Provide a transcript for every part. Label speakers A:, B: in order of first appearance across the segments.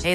A: Hey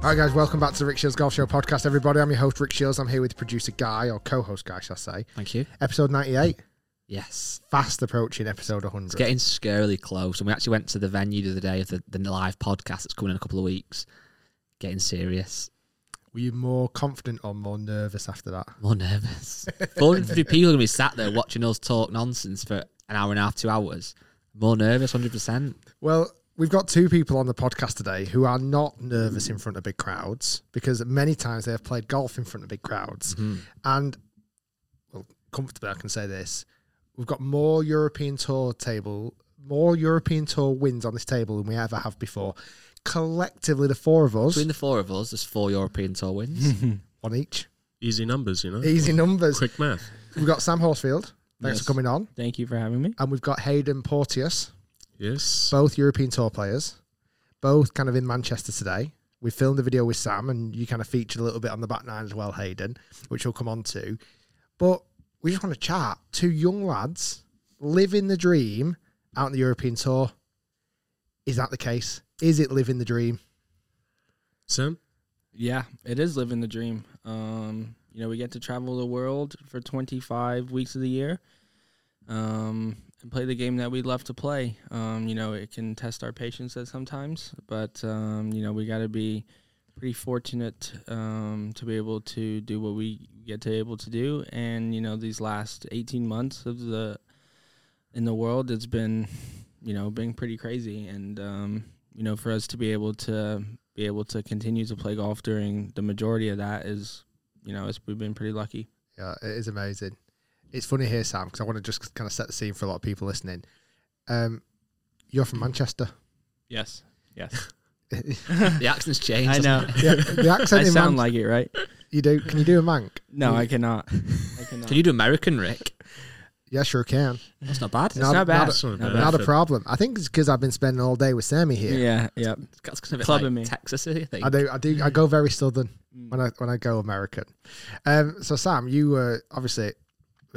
B: All right, guys, welcome back to the Rick Shields Golf Show podcast, everybody. I'm your host, Rick Shields. I'm here with producer Guy, or co host Guy, shall I say.
C: Thank you.
B: Episode 98,
C: Yes.
B: fast approaching episode 100.
C: It's getting scarily close. And we actually went to the venue the other day of the, the live podcast that's coming in a couple of weeks. Getting serious.
B: Were you more confident or more nervous after that?
C: More nervous. 450 people are going to be sat there watching us talk nonsense for an hour and a half, two hours. More nervous, 100%.
B: Well, we've got two people on the podcast today who are not nervous in front of big crowds because many times they have played golf in front of big crowds.
C: Mm-hmm.
B: And, well, comfortably, I can say this we've got more European Tour table, more European Tour wins on this table than we ever have before. Collectively, the four of us,
C: Between the four of us, there's four European Tour wins.
B: one each.
D: Easy numbers,
E: Oh,
D: you know.
B: Easy numbers.
D: Quick math.
B: We've got Sam Horsfield. Thanks
D: Yes.
B: for coming on.
E: Thank you for having me.
B: And we've got Hayden Porteous,
D: Yes.
B: both European Tour players, both kind of in Manchester today. We filmed the video with Sam, and you kind of featured a little bit on the back nine as well, Hayden, which we'll come on to. But we just want to chat. Two young lads living the dream out on the European Tour. Is that the case? Is it living the dream?
D: Sam?
E: Yeah, it is living the dream. Um, you know, we get to travel the world for 25 weeks of the year um, and play the game that we love to play. Um, you know, it can test our patience at sometimes, but, um, you know, we got to be pretty fortunate um, to be able to do what we get to able to do. And, you know, these last 18 months of the in the world, it's been, you know, been pretty crazy. And, um, you know, for us to be able to be able to continue to play golf during the majority of that is, you know, it's, we've been pretty lucky.
B: Yeah, it is amazing. It's funny here, Sam, because I want to just kind of set the scene for a lot of people listening. Um, you're from Manchester.
E: Yes. Yes.
C: the accent's changed.
E: I know.
B: Yeah, the accent
E: I
B: in
E: sound
B: Man-
E: like it, right?
B: You do? Can you do a mank?
E: No, I cannot. I cannot.
C: Can you do American, Rick?
B: Yeah, sure can.
C: That's not bad.
B: not
E: not bad.
B: Not
D: That's not
E: Not
D: bad.
B: a, not a problem. I think it's because I've been spending all day with Sammy here.
E: yeah. Yeah.
C: That's kind of a bit
E: Clubbing me.
C: like Texas, I think.
B: I do. I do. I go very southern
E: Mm.
B: when I when I go American. Um, so Sam, you were obviously,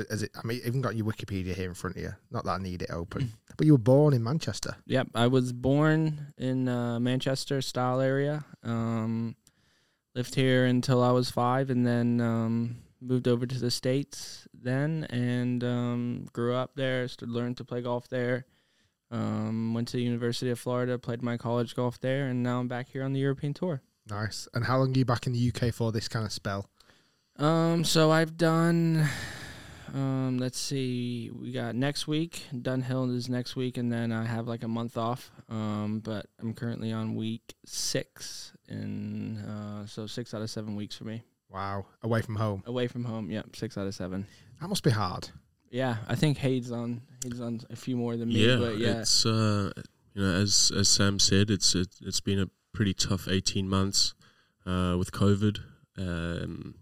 B: as it, I mean, even got your Wikipedia here in front of you. Not that I need it
E: Mm.
B: open, but you were born in Manchester.
E: Yep, I was born in uh, Manchester style area. Um, lived here until I was five, and then um, moved over to the states. Then and um, grew up there. St- learned to play golf there. Um, went to the University of Florida, played my college golf there, and now I'm back here on the European tour.
B: Nice. And how long are you back in the UK for this kind of spell?
E: Um, so I've done. Um, let's see. We got next week. Dunhill is next week, and then I have like a month off. Um, but I'm currently on week six, and uh, so six out of seven weeks for me
B: Wow, away from home.
E: away from home. Yep, six out of seven.
B: That must be hard.
E: Yeah, I think Hayden's on. Hayden's on a few more than me.
D: yeah,
E: but yeah,
D: It's uh, you know, as as Sam said, it's it, it's been a pretty tough eighteen months uh, with COVID. Um,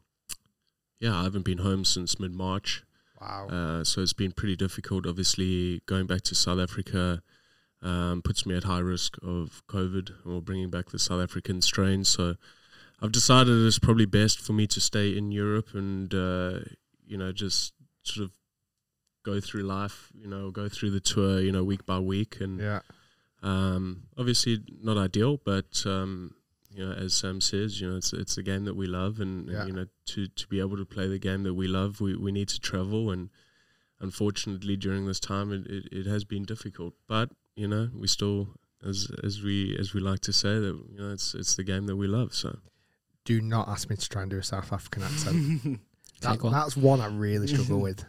D: yeah, I haven't been home since mid March,
B: Wow.
D: uh, so it's been pretty difficult. Obviously, going back to South Africa um, puts me at high risk of COVID or bringing back the South African strain. So I've decided it's probably best for me to stay in Europe and uh, you know just sort of go through life, you know, go through the tour, you know, week by week, and
B: Yeah.
D: um, obviously not ideal, but um, you know, as Sam says, you know, it's it's a game that we love, and,
B: Yeah.
D: and you know, to to be able to play the game that we love, we, we need to travel, and unfortunately, during this time, it, it, it has been difficult, but you know, we still. As, as we as we like to say that you know it's it's the game that we love so
B: Do not ask me to try and do a South African accent. That,
C: Take one.
B: that's one I really struggle with.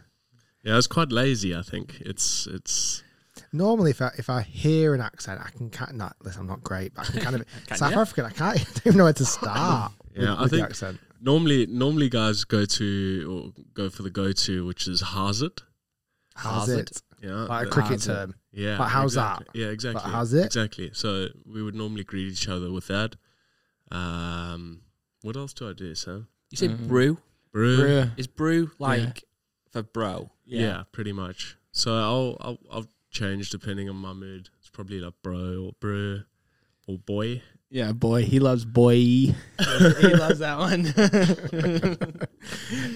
D: yeah it's quite lazy I think it's it's
B: Normally, if I if I hear an accent, I can kind of. Not, listen, I'm not great, but I can kind of.
C: Can
B: South
C: ya?
B: African, I can't I don't even know where to start. with,
D: Yeah, I
B: with the
D: think-
B: accent.
D: normally normally guys go to or go for the go to which is how's it
B: How's
C: How's
B: it?
C: it? Uh,
D: yeah uh,
B: Like a
D: but-
B: cricket
C: how's it?
B: term.
D: Yeah.
B: But how's
D: exactly.
B: that?
D: Yeah, exactly.
B: how's it?
D: Exactly. So we would normally greet each other with that. Um, what else do I do, Sam?
C: You say
E: Mhm.
C: brew?
D: Brew.
C: Is brew like for bro?
D: Yeah. pretty much. So I'll, I'll I'll change depending on my mood. It's probably like bro or brew or boy.
E: Yeah, boy, he loves boy. he loves that one.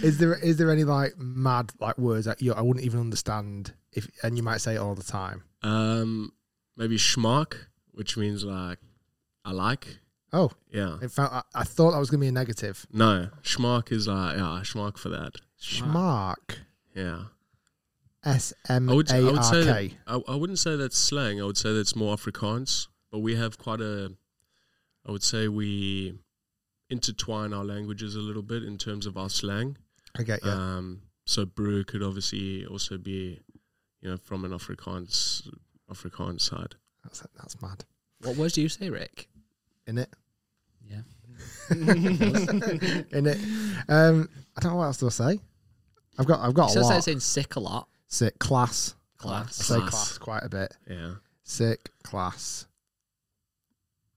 B: Is there is there any like mad like words that you I wouldn't even understand if and you might say it all the time?
D: Um, maybe schmark, which means like I like.
B: Oh,
C: Uh.
D: Yeah.
B: in fact, I, I thought that was gonna be a negative.
D: No, schmark is like yeah, schmark for that.
B: Schmark.
D: Yeah.
B: S M
D: I
B: A
D: would, I would
B: R
D: say that,
B: K.
D: I, I wouldn't say that's slang. I would say that's more Afrikaans. But we have quite a, I would say we intertwine our languages a little bit in terms of our slang.
B: I get you.
D: Um, so brew could obviously also be, you know, from an Afrikaans Afrikaans side.
B: That's that's mad,
C: What words do you say, Rick?
B: isn't it?
C: Yeah.
B: isn't it? Um, I don't know what else to say. I've got I've
C: You
B: got a
C: still
B: lot.
C: say saying sick a lot.
B: Sick class. I
C: Class.
B: say
D: Class.
B: class quite a bit.
D: Yeah.
B: Sick class.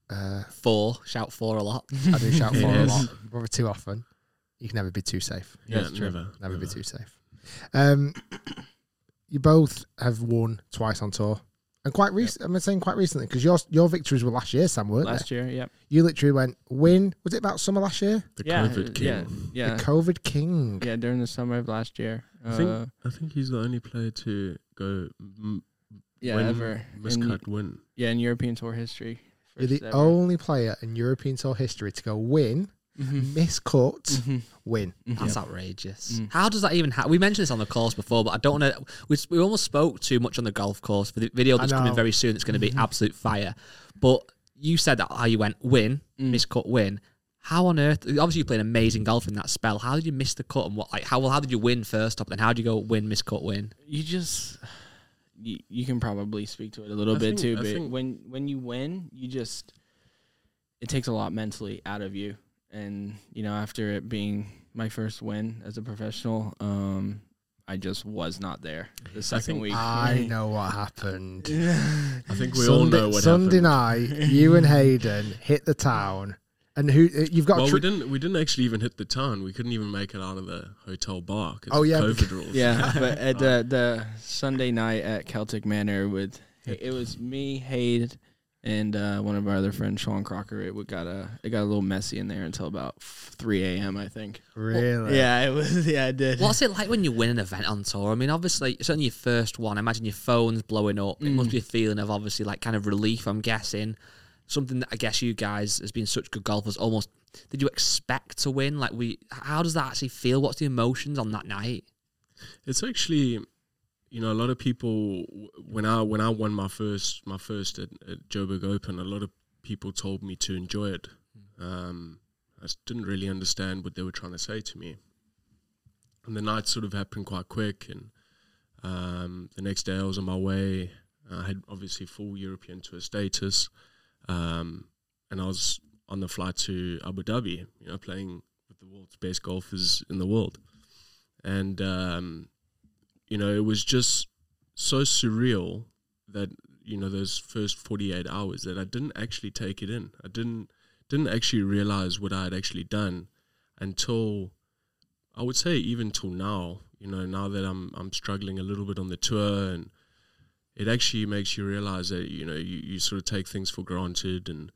B: Uh,
C: Four. Shout four a lot.
B: I do shout for a
D: Yes.
B: lot, probably too often. You can never be too safe.
D: Yeah,
E: That's true.
D: never.
B: Never be too safe. Um, you both have won twice on tour, and quite recent. I'm saying quite recently because your your victories were last year, Sam, weren't
E: Last year, yep.
B: they? You literally went win. Was it about summer last year?
D: The
E: yeah,
D: COVID king.
E: yeah, yeah,
B: The COVID king.
E: yeah. During the summer of last year,
D: I
E: uh,
D: think- I think he's the only player to go m-
E: yeah,
D: win,
E: ever in,
D: miscut win.
E: yeah in European tour history.
B: You're
E: First
B: the oh
E: ever.
B: only player in European tour history to go win,
E: Mhm.
B: miscut,
E: Mhm.
B: win.
C: That's outrageous.
E: Mm.
C: How does that even happen? We mentioned this on the course before, but I don't want to. We, s- we almost spoke too much on the golf course for the video
B: I
C: that's coming
B: know.
C: very soon. That's going to be absolute fire. But you said that how you went win,
E: Mm.
C: miss cut, win. How on earth? Obviously, you played amazing golf in that spell. How did you miss the cut and what? Like how? Well, how did you win first up? Then how did you go win, miss cut, win?
E: You just you, you can probably speak to it a little
D: I think-
E: bit too,
D: I
E: but
D: think-
E: when when you win, you just it takes a lot mentally out of you, and you know after it being my first win as a professional, um, I just was not there the second
D: think-
E: week.
B: I know what happened.
D: I think we
B: Sunday,
D: all know what
B: Sunday
D: happened.
B: night, you and Hayden hit the town, and who uh, you've got?
D: Well,
B: tr-
D: we didn't. We didn't actually even hit the town. We couldn't even make it out of the hotel bar. 'cause
B: Oh,
D: of
B: yeah,
D: COVID
B: because-
D: rules.
E: Yeah, but at the the Sunday night at Celtic Manor with it was me, Hayde, and uh, one of our other friends, Sean Crocker. It would- got a it got a little messy in there until about f- three a.m. I think.
B: really?
E: Yeah, it was. Yeah, I did.
C: What's it like when you win an event on tour? I mean, obviously, it's only your first one. I imagine your phone's blowing up. It must be a feeling of obviously like kind of relief. I'm guessing something that I guess you guys as being such good golfers almost did you expect to win? Like we, how does that actually feel? What's the emotions on that night?
D: It's actually, you know, a lot of people w- when I when I won my first my first at, at Joburg Open, a lot of people told me to enjoy it. Um, I s- didn't really understand what they were trying to say to me, and the night sort of happened quite quick. And um, the next day, I was on my way. I had obviously full European tour status, um, and I was on the flight to Abu Dhabi. You know, playing with the world's best golfers in the world and um, you know it was just so surreal that you know those first 48 hours that i didn't actually take it in i didn't didn't actually realize what i had actually done until i would say even till now you know now that i'm i'm struggling a little bit on the tour and it actually makes you realize that you know you, you sort of take things for granted and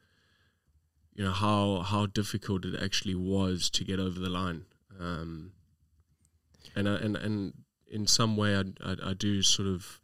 D: you know how how difficult it actually was to get over the line. Um, and I, and and in some way, I, I I do sort of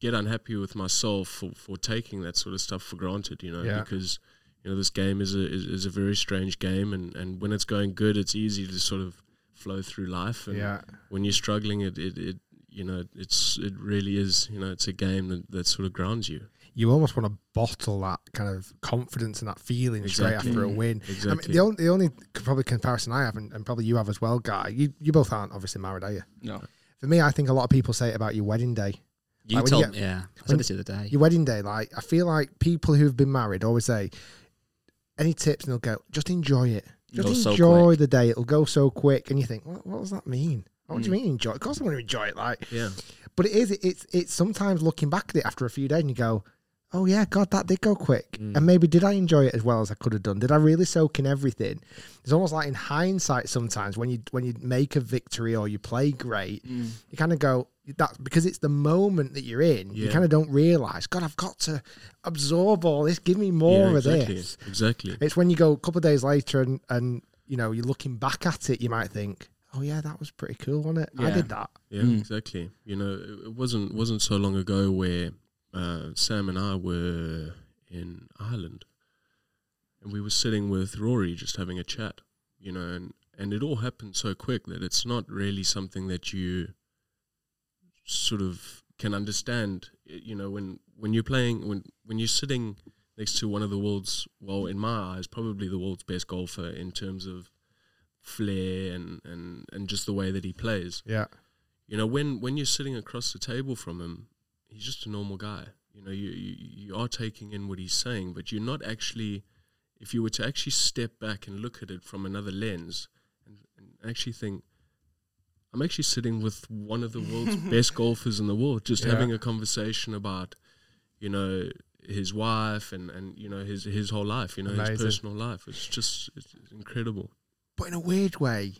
D: get unhappy with myself for, for taking that sort of stuff for granted. You know,
B: Yeah.
D: because you know this game is a is, is a very strange game, and and when it's going good, it's easy to sort of flow through life. And
B: Yeah.
D: when you're struggling, it, it, it you know it's it really is you know it's a game that, that sort of grounds you.
B: you almost want to bottle that kind of confidence and that feeling straight
D: Exactly.
B: after a win. I mean,
D: Exactly.
B: the only, the only c- probably comparison I have, and, and probably you have as well, Guy, you, you both aren't obviously married, are you?
E: No.
B: For me, I think a lot of people say it about your wedding day.
C: You
B: Like, when
C: told
B: you
C: me, yeah. I
B: when-
C: said this the other day.
B: Your wedding day, like, I feel like people who've been married always say, any tips? And they'll go, just enjoy it.
C: Goes
B: Just
C: so
B: enjoy
C: quick."
B: the day. It'll go so quick. And you think, what, what does that mean? What do you
E: Mm.
B: mean enjoy? Of course I want to enjoy it. Like,
D: Yeah.
B: But it is. it- It's it's sometimes looking back at it after a few days and you go, "Oh yeah, God, that did go quick."
D: Mm.
B: And maybe did I enjoy it as well as I could have done? Did I really soak in everything? It's almost like in hindsight sometimes when you when you make a victory or you play great,
D: Mm.
B: you kind of go that because it's the moment that you're in. You
D: Yeah.
B: kind of don't realize, God, I've got to absorb all this. Give me more
D: yeah,
B: of
D: exactly.
B: this.
D: Exactly.
B: It's when you go a couple of days later and and you know you're looking back at it, you might think, "Oh yeah, that was pretty cool, wasn't it? I
E: Yeah.
B: did that."
D: Yeah, exactly. You know, it- it wasn't wasn't so long ago where uh, Sam and I were in Ireland, and we were sitting with Rory just having a chat. You know, and and it all happened so quick that it's not really something that you sort of can understand. y- You know, when when you're playing, when when you're sitting next to one of the world's, well, in my eyes, probably the world's best golfer in terms of flair and and and just the way that he plays
B: Yeah.
D: you know when when you're sitting across the table from him he's just a normal guy you know you you, you are taking in what he's saying but you're not actually if you were to actually step back and look at it from another lens and, and actually think i'm actually sitting with one of the world's best golfers in the world just
B: Yeah.
D: having a conversation about you know his wife and and you know his his whole life you know his
B: Amazing.
D: personal life it's just it's incredible
B: but in a weird way,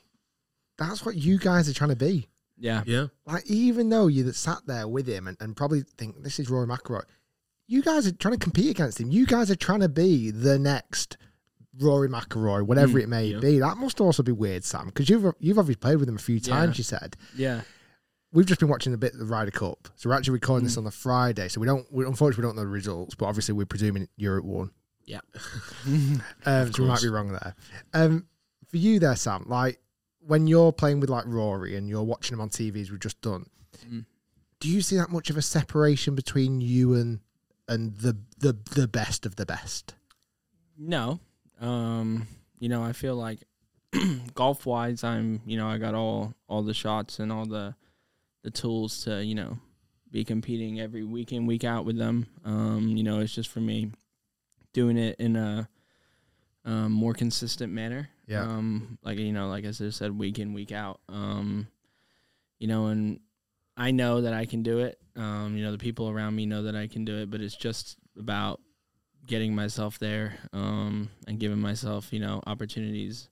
B: that's what you guys are trying to be.
E: Yeah.
D: yeah
B: Like, even though you that sat there with him and, and probably think this is Rory McIlroy, you guys are trying to compete against him. You guys are trying to be the next Rory McIlroy, whatever it may
D: yeah.
B: be. That must also be weird, Sam, because you've you've obviously played with him a few
E: Yeah.
B: times. You said
E: Yeah.
B: we've just been watching a bit of the Ryder Cup, so we're actually recording
E: Mm.
B: this on the Friday, so we don't. We, unfortunately, we don't know the results, but obviously we're presuming Europe won.
C: yeah.
B: Um, so we might
D: course.
B: be wrong there. Um, for you there, Sam, like when you're playing with like Rory and you're watching him on TV as we've just done,
E: Mm.
B: do you see that much of a separation between you and and the the the best of the best?
E: No. Um, you know, I feel like golf wise I'm you know, I got all all the shots and all the the tools to, you know, be competing every week in, week out with them. Um, you know, it's just for me doing it in a um, more consistent manner.
B: Yeah.
E: Um, like you know, like I just said, week in, week out. Um, you know, and I know that I can do it. Um, you know, the people around me know that I can do it, but it's just about getting myself there um, and giving myself, you know, opportunities.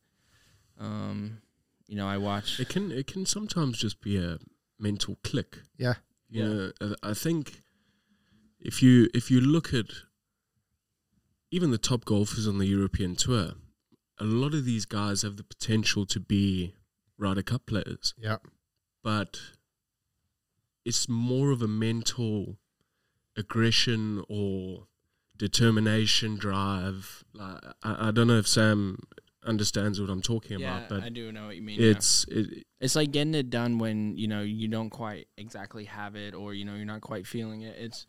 E: Um, you know, I watch.
D: it can it can sometimes just be a mental click
B: Yeah,
D: You
E: Yeah.
D: know, uh, I think if you if you look at even the top golfers on the European tour, a lot of these guys have the potential to be Ryder Cup players,
B: yeah,
D: but it's more of a mental aggression or determination drive. Like, I, I don't know if Sam understands what I'm talking
E: Yeah,
D: about, but
E: I do know what you mean. yeah.
D: it's it,
E: It's like getting it done when you know you don't quite exactly have it, or you know you're not quite feeling it. It's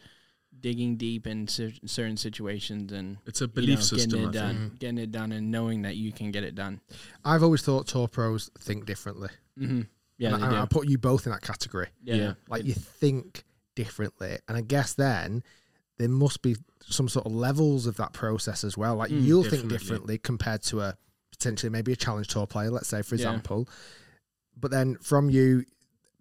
E: digging deep in cer- certain situations and
D: it's a
E: you
D: belief
E: know,
D: system.
E: Getting
D: I
E: it
D: think. Mm-hmm.
E: done, getting it done, and knowing that you can get it done.
B: I've always thought tour pros think differently.
E: Mm-hmm. Yeah,
B: and
E: they
B: I,
E: do.
B: I put you both in that category.
E: yeah.
D: yeah.
B: Like you think differently, and I guess then there must be some sort of levels of that process as well. Like
E: Mm,
B: you'll think
D: definitely.
B: differently compared to a potentially maybe a challenge tour player, let's say for
E: Yeah.
B: example. But then from you,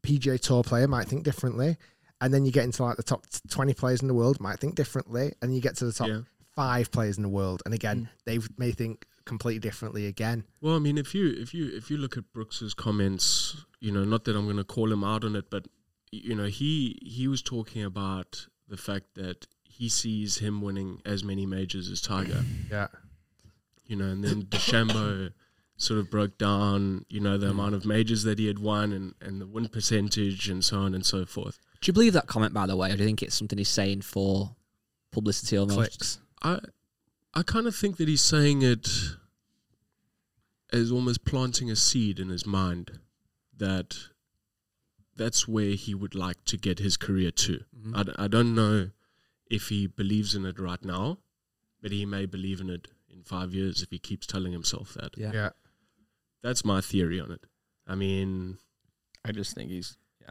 B: PGA tour player might think differently, and then you get into like the top twenty players in the world might think differently, and you get to the top
D: Yeah.
B: five players in the world, and again they may think completely differently again.
D: Well, I mean, if you if you if you look at Brooks's comments, you know, not that I'm going to call him out on it, but y- you know, he he was talking about the fact that he sees him winning as many majors as Tiger.
B: Yeah,
D: you know, and then DeChambeau sort of broke down, you know, the amount of majors that he had won and, and the win percentage and so on and so forth.
C: Do you believe that comment, by the way, or do you think it's something he's saying for publicity almost?
B: Clicks.
D: I I kind of think that he's saying it as almost planting a seed in his mind that that's where he would like to get his career to.
C: Mm-hmm.
D: I d- I, don't know if he believes in it right now, but he may believe in it in five years if he keeps telling himself that.
C: Yeah.
B: Yeah.
D: That's my theory on it. I mean,
E: I just think he's yeah,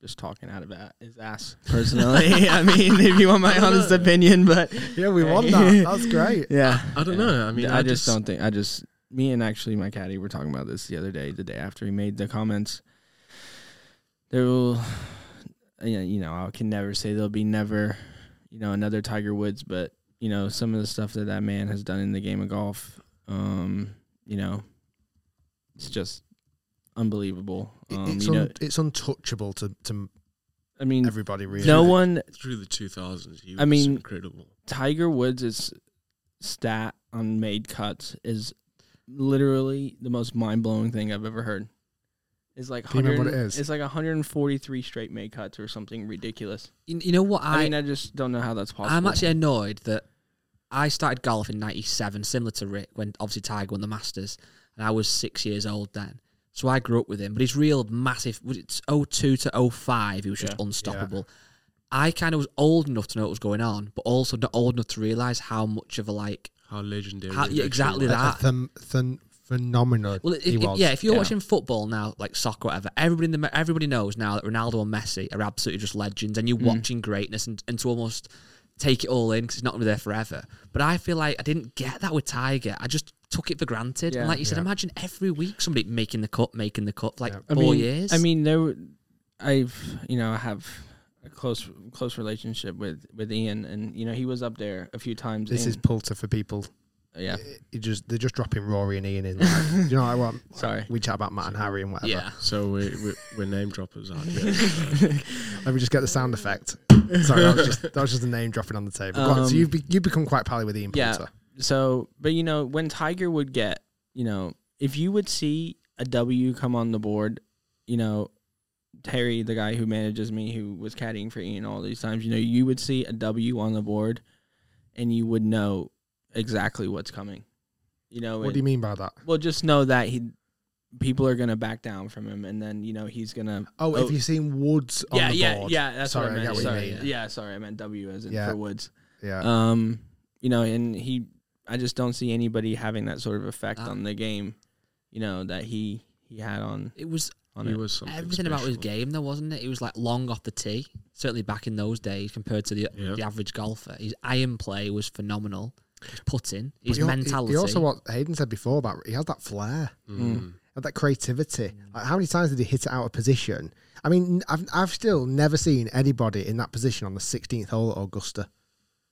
E: just talking out of a- his ass. Personally, I mean, if you want my honest opinion, but
B: Yeah, we won that. That's great.
E: yeah,
D: I don't know. I mean,
E: I, just, don't think I just me and actually my caddy were talking about this the other day, the day after he made the comments. There will, yeah, you know, I can never say there'll be never, you know, another Tiger Woods, but you know, some of the stuff that that man has done in the game of golf, um, you know, it's just unbelievable.
B: It-
E: Um,
B: it's,
E: you know,
B: un- it's untouchable to, to
E: I mean,
B: everybody, really.
E: no one
D: through the 2000s, he was
E: I mean-
D: incredible.
E: Tiger Woods' stat on made cuts is literally the most mind blowing thing I've ever heard. It's like
B: Do you remember
E: 100
B: what it is?
E: It's like 143 straight made cuts or something ridiculous.
C: You, you know what?
E: I,
C: I,
E: mean, I just don't know how that's possible.
C: I'm actually annoyed that I started golf in '97, similar to Rick, when obviously Tiger won the Masters, and I was six years old then. So I grew up with him, but his real massive was it 02 to 05, he was just
E: Yeah.
C: unstoppable. I kind of was old enough to know what was going on, but also not old enough to realize how much of a like
D: How legendary.
C: how,
D: it
C: yeah,
D: actually
C: exactly
D: was.
B: A- a
C: that.
B: phen- phen- phenomenon.
C: Well, if,
B: he
C: if-
B: was.
C: yeah, if you're
E: Yeah.
C: watching football now, like soccer, whatever, everybody in the, everybody knows now that Ronaldo and Messi are absolutely just legends, and you're watching greatness and, and to almost take it all in because it's not going to be there forever. But I feel like I didn't get that with Tiger. I just took it for granted.
E: Yeah.
C: and like you said, imagine every week somebody making the cut, making the cut, for like
E: I
C: four
E: mean,
C: years.
E: I mean, there, were- I've you know I have a close close relationship with with Ian, and you know he was up there a few times.
B: This is
E: and-
B: Poulter for people.
E: yeah.
B: You just They're just dropping Rory and Ian in. Like, do you know what I want?
E: Sorry.
B: We chat about Matt and Harry and whatever.
C: yeah.
D: So we're, we're, we're name droppers out here.
B: Let me just get the sound effect. Sorry, that was just, that was just a name dropping on the table. Go on, so
E: Um,
B: you've, be, you've become quite pally with Ian
E: Yeah.
B: Poulter.
E: So, but you know, when Tiger would get, you know, if you would see a W come on the board, you know, Terry, the guy who manages me, who was caddying for Ian all these times, you know, you would see a W on the board, and you would know exactly what's coming. You know,
B: What do you mean by that?
E: Well, just know that he, people are gonna back down from him, and then you know he's gonna.
B: Oh, if you've seen Woods on
E: yeah,
B: the
E: yeah,
B: board.
E: yeah. That's
B: sorry,
E: what I meant.
B: get what
E: sorry,
B: you mean.
E: yeah, sorry, I meant W as in
B: Yeah.
E: for Woods.
B: Yeah.
E: Um, you know, and he, I just don't see anybody having that sort of effect
C: Ah.
E: on the game, you know, that he he had on
C: It was
E: on
D: He
E: it.
D: was something
C: everything about his
D: special.
C: game, though, wasn't it? It was like long off the tee. Certainly back in those days, compared to the
D: Yeah.
C: the average golfer, his iron play was phenomenal. His putting, his
B: But he al- he-
C: mentality.
B: He also, what Hayden said before about, he has that flair.
D: Mm.
B: had that creativity. Like, how many times did he hit it out of position? I mean, I've, I've still never seen anybody in that position on the 16th hole at Augusta.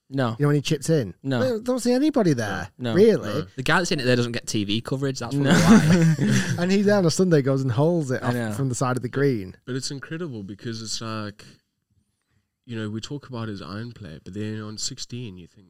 E: no,
B: You know, when he chipped in?
E: No.
B: I don't see anybody there,
E: No.
B: really.
C: The guy that's in it there doesn't get TV coverage. That's probably
E: No.
C: why.
B: And he then on a Sunday goes and holds it
E: I know.
B: off from the side of the green.
D: But it's incredible because it's like, you know, we talk about his iron play, but then on 16, you think,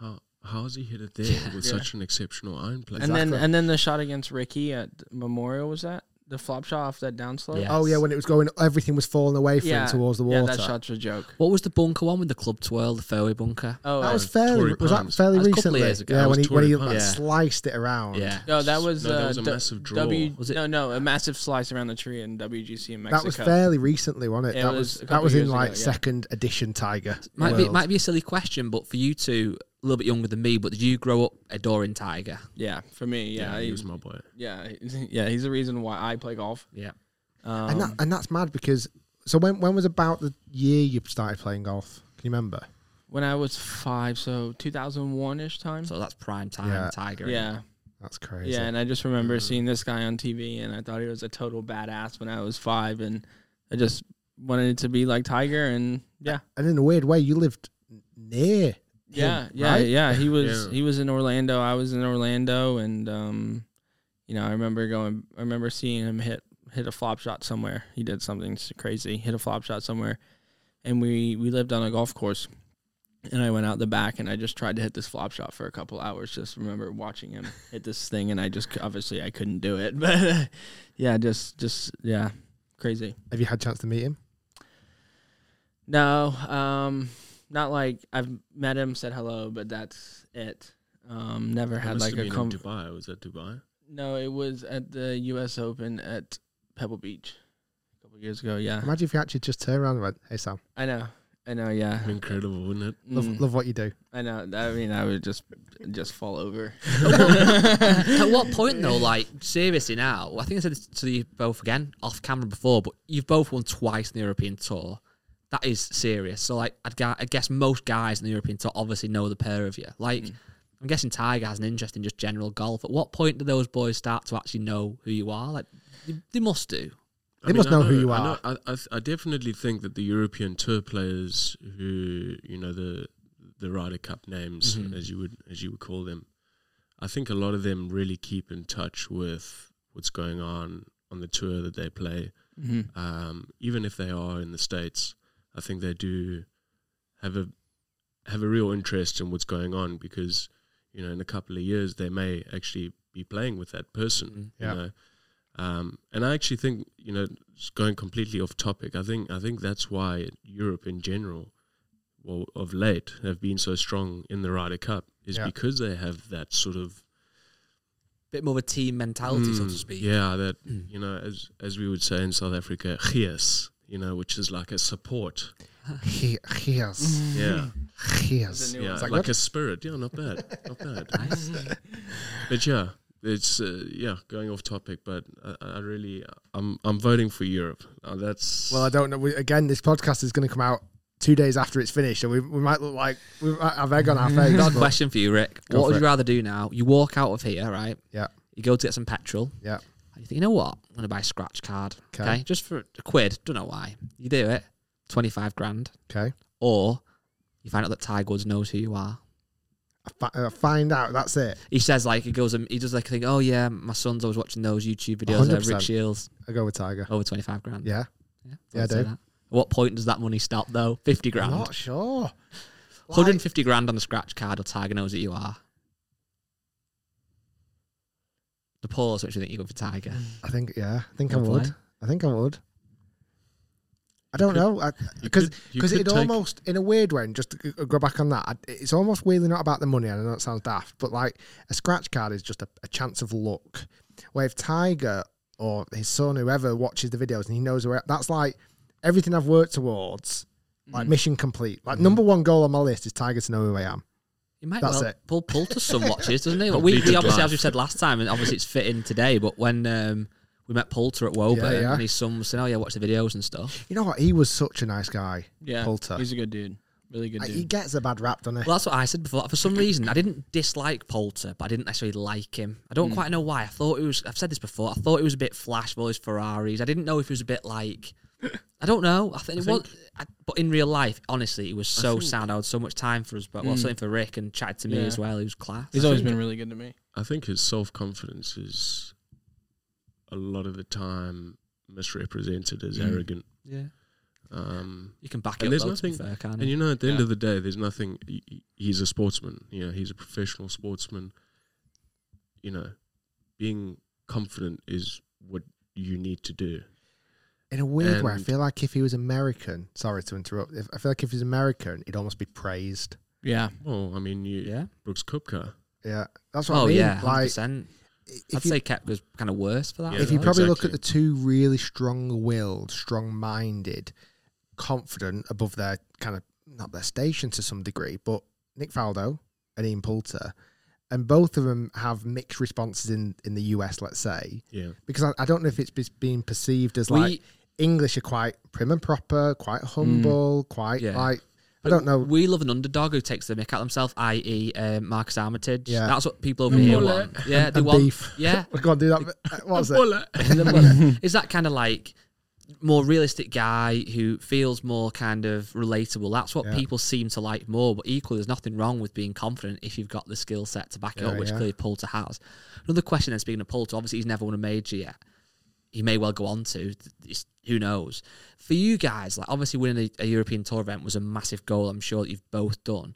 D: how how has he hit it there with such an exceptional iron play?
E: and then
B: Exactly.
E: and then the shot against Ricky at Memorial was that the flop shot off that downslope.
C: Yeah.
B: Oh yeah, when it was going, everything was falling away from
E: yeah,
B: him towards the water.
E: Yeah, that shot's a joke.
C: what was the bunker one with the club twirl, the fairway bunker?
E: Oh,
B: That
E: uh,
B: was
D: Tory
B: fairly. Was that
D: Pines.
B: fairly
C: That was a couple
B: recently?
C: of years ago.
B: Yeah,
D: That
B: when he
D: was
B: when he
D: Tory
B: like,
D: Pines.
B: sliced it around.
C: Yeah.
E: no, that was
D: No, that
E: uh,
D: was a
E: du-
D: massive draw.
E: W,
C: Was it-
E: No, no, a massive slice around the tree in WGC in Mexico.
B: that was fairly recently, wasn't it?
E: It
B: that
E: was
B: was,
E: a
B: that
E: couple
B: was
E: years
B: in
E: ago,
B: like
E: yeah.
B: second edition Tiger.
C: Might be
B: world.
C: might be a silly question, but for you two, a little bit younger than me, but did you grow up adoring Tiger?
E: Yeah, for me, yeah,
D: yeah, he
E: he-
D: was my boy.
E: yeah, he- yeah. He's the reason why I play golf.
C: Yeah.
E: Um,
B: and that, and that's mad because so when when was about the year you started playing golf? Can you remember?
E: when I was five, so 2001 ish time.
C: So that's prime time
B: Yeah.
C: Tiger.
E: yeah,
B: That's crazy.
E: yeah, and I just remember seeing this guy on TV, and I thought he was a total badass when I was five, and I just wanted to be like Tiger, and yeah,
B: And in a weird way, you lived near.
E: yeah,
B: him,
E: yeah,
B: right?
E: yeah. He was
D: Yeah.
E: he was in Orlando, I was in Orlando, and um, you know, I remember going, I remember seeing him hit hit a flop shot somewhere. He did something s- crazy, hit a flop shot somewhere, and we we lived on a golf course, and I went out the back and I just tried to hit this flop shot for a couple hours. Just remember watching him hit this thing, and I just obviously I couldn't do it, but yeah, just just yeah, crazy.
B: Have you had a chance to meet him?
E: No, um, not like I've met him, said hello, but that's it. Um, never
D: It
E: had
D: must
E: like
D: have
E: a
D: been in
E: com-
D: Dubai. Was that Dubai?
E: no. It was at the U.S. Open at Pebble Beach a couple years ago. Yeah,
B: Imagine if you actually just turned around and went, "Hey Sam,
E: I know, I know. Yeah,
D: Incredible, wouldn't it?
B: love,
E: Mm,
B: love what you do."
E: I know. I mean, I would just just fall over.
C: At what point though? Like seriously, now I think I said this to you both again off camera before, but you've both won twice in the European Tour. That is serious. So like, I'd gu- I guess most guys in the European Tour obviously know the pair of you. Like,
B: Mm.
C: I'm guessing Tiger has an interest in just general golf. At what point do those boys start to actually know who you are? Like, they, they must do.
D: I
B: They must know who you
D: I
B: are.
D: know- I, I, th- I definitely think that the European Tour players, who you know the the Ryder Cup names,
B: Mm-hmm.
D: as you would as you would call them, I think a lot of them really keep in touch with what's going on on the tour that they play.
B: Mm-hmm.
D: Um, even if they are in the states, I think they do have a have a real interest in what's going on because you know in a couple of years they may actually be playing with that person. You
B: Mm-hmm. Yeah.
D: know. Um, and I actually think you know, just going completely off topic. I think I think that's why Europe in general, well, of late, have been so strong in the Ryder Cup is
B: Yeah.
D: because they have that sort of
C: Bit more of a team mentality, so to
D: Mm,
C: speak.
D: Yeah, that you know, as as we would say in South Africa, yes, you know, which is like a support.
B: He- Here's,
D: Yeah,
E: Mm-hmm.
B: here's.
D: yeah,
B: Is
D: like,
B: that good?
D: a spirit. Yeah, not bad, not bad. But yeah, it's uh, yeah, going off topic, but I, I really, I'm I'm voting for Europe. Uh, that's
B: Well, I don't know. We, again, this podcast is going to come out two days after it's finished, so we, we might look like we might have egg on our face.
C: Got a
B: but-
C: question for you, Rick.
B: Go
C: what
B: for
C: would you
B: it.
C: rather do now? You walk out of here, right?
B: Yeah,
C: You go to get some petrol.
B: yeah.
C: And you think, you know what? I'm going to buy a scratch card.
B: 'Kay.
C: Okay. Just for a quid. Don't know why. You do it. 25 grand.
B: Okay.
C: Or you find out that Tiger Woods knows who you are.
B: I fi- I find out. That's it.
C: He says, like, he goes, and he does like a thing, oh, yeah, my son's always watching those YouTube videos. Uh,
B: 100%.
C: Rick Shields,
B: I go with Tiger.
C: over 25 grand.
B: Yeah.
C: I'd
B: Yeah, I
C: say
B: do.
C: that. At what point does that money stop, though? 50
B: I'm
C: grand.
B: not sure.
C: 150 grand on the scratch card, or Tiger knows that you are. The pause, which you think you go for Tiger.
B: I think yeah. I think
C: Fair
B: I
C: play.
B: would. I think I would. I don't
D: could-
B: know
D: you
B: because
D: could- you
B: because
D: could
B: it
D: take-
B: almost in a weird way. And just to g- go back on that, I- it's almost weirdly not about the money. and I know it sounds daft, but like a scratch card is just a, a chance of luck. Where if Tiger or his son, whoever watches the videos and he knows where, that's like everything I've worked towards,
D: Mm.
B: like mission complete. Like
D: Mm-hmm.
B: number one goal on my list is Tiger to know who I am.
C: He might
B: That's
C: well
B: it.
C: pull pull to some watches, doesn't he? Like, we, we
D: Completed
C: obviously,
D: life.
C: as we said last time, and obviously it's fitting today. But when um, we met Poulter at Woburn,
B: Yeah, yeah.
C: and his son was saying, "Oh yeah, watch the videos and stuff."
B: You know what? He was such a nice guy.
E: Yeah,
B: Poulter.
E: he's a good dude, really good
B: Like,
E: dude.
B: he gets a bad rap, doesn't he?
C: Well, that's what I said before. For some reason, I didn't dislike Poulter, but I didn't necessarily like him. I don't quite know why. I thought it was. I've said this before. I thought it was a bit flash of all his Ferraris. I didn't know if he was a bit like. I don't know. I think it was, I, but in real life, honestly, he was so sound. I had so much time for us, but well, something for Rick and chatted to me
E: Yeah.
C: as well. He was class.
E: He's always been really good to me.
D: I think his self confidence is a lot of the time misrepresented as arrogant.
C: yeah,
D: Um,
C: you can back it
D: and
C: up.
D: there's
C: though, Mm. to be
D: nothing,
C: fair, can't
D: and you know, at the end of the day, there's nothing. he- he- He's a sportsman. You know, he's a professional sportsman. You know, being confident is what you need to do.
B: In a weird way, I
D: And-
B: feel like if he was American, sorry to interrupt, if, I feel like if he's American, he'd almost be praised.
E: Yeah,
D: Well, I mean, you,
C: Yeah.
D: Brooks Kupka.
B: Yeah, that's what
C: Oh
B: I mean.
C: yeah, hundred
B: like
C: percent. I'd
B: if you,
C: say Kepka's kind of worse for that.
D: Yeah,
B: if you
D: that-
B: probably look at
D: exactly.
B: the two really strong-willed, strong-minded, confident above their kind of not their station to some degree, but Nick Faldo and Ian Poulter, and both of them have mixed responses in in the US, let's say,
D: Yeah,
B: because I, I don't know if it's bes- being perceived as
C: We- Mm.
B: like English are quite prim and proper, quite humble, quite
C: Yeah.
B: like. I don't know.
C: We love an underdog who takes the mick out themselves, i.e., um, Marcus Armitage.
B: Yeah.
C: that's what people over
D: And
C: here
D: bullet.
C: want. Yeah, they
B: and
C: want.
B: beef.
C: Yeah,
B: We're going to do that. Uh, What was it?
C: is that kind of like more realistic guy who feels more kind of relatable? That's what
B: Yeah.
C: people seem to like more. But equally, there's nothing wrong with being confident if you've got the skill set to back it
B: Yeah,
C: up, which
B: yeah.
C: clearly Poulter has. Another question. Then speaking of Poulter, obviously he's never won a major yet. he may well go on to. It's, who knows? For you guys, like obviously winning a, a European Tour event was a massive goal. I'm sure that you've both done.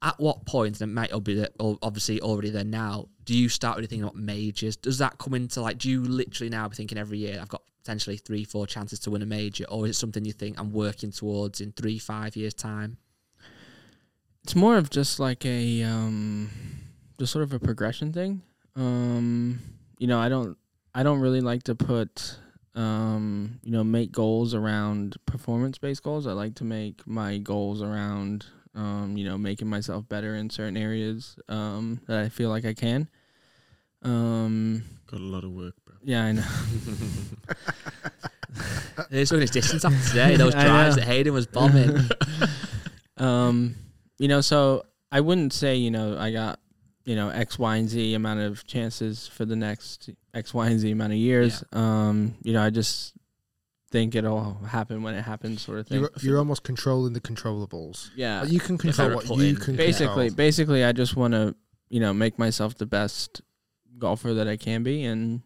C: At what point, and it might be that- o- obviously already there now, do you start really thinking about majors? Does that come into like, do you literally now be thinking every year, I've got potentially three, four chances to win a major? Or is it something you think I'm working towards in three, five years' time?
E: it's more of just like a um just sort of a progression thing um you know i don't i don't really like to put um you know make goals around performance based goals i like to make my goals around um you know making myself better in certain areas um that i feel like i can um
D: Got a lot of work, bro.
E: yeah i know
B: Uh,
C: It's looking his distance after today, those
E: I
C: drives
E: know.
C: that Hayden was bombing.
E: um, you know, so I wouldn't say, you know, I got, you know, X, Y, and Z amount of chances for the next X, Y, and Z amount of years. Um, you know, I just think it'll happen when it happens, sort of thing.
B: You're, you're almost controlling the controllables.
E: yeah.
B: But you can
C: they're
B: control what
C: put
B: you
C: in,
B: can
E: basically,
B: control.
E: basically, I just want to, you know, make myself the best golfer that I can be and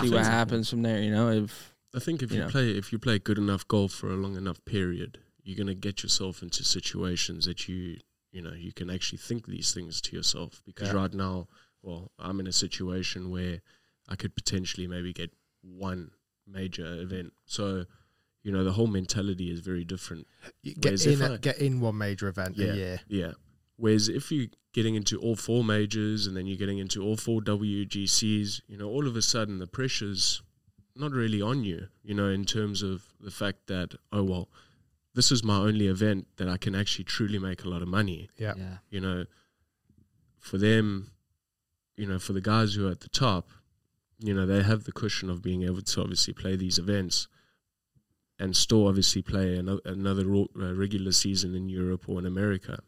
E: see what happens from there. You know, if
D: I think if you
E: Yeah.
D: play if you play good enough golf for a long enough period, you're gonna get yourself into situations that you you know you can actually think these things to yourself. Because
B: Yeah.
D: right now, well, I'm in a situation where I could potentially maybe get one major event. So, you know, the whole mentality is very different.
B: You Get
D: Whereas
B: in,
D: if
B: a,
D: I-
B: get in one major event a year.
D: Yeah. Whereas if you're getting into all four majors and then you're getting into all four WGCs, you know, all of a sudden the pressure's not really on you, you know, in terms of the fact that, oh, well, this is my only event that I can actually truly make a lot of money.
B: Yeah.
C: Yeah.
D: You know, for them, you know, for the guys who are at the top, you know, they have the cushion of being able to obviously play these events and still obviously play another, another ro- uh, regular season in Europe or in America.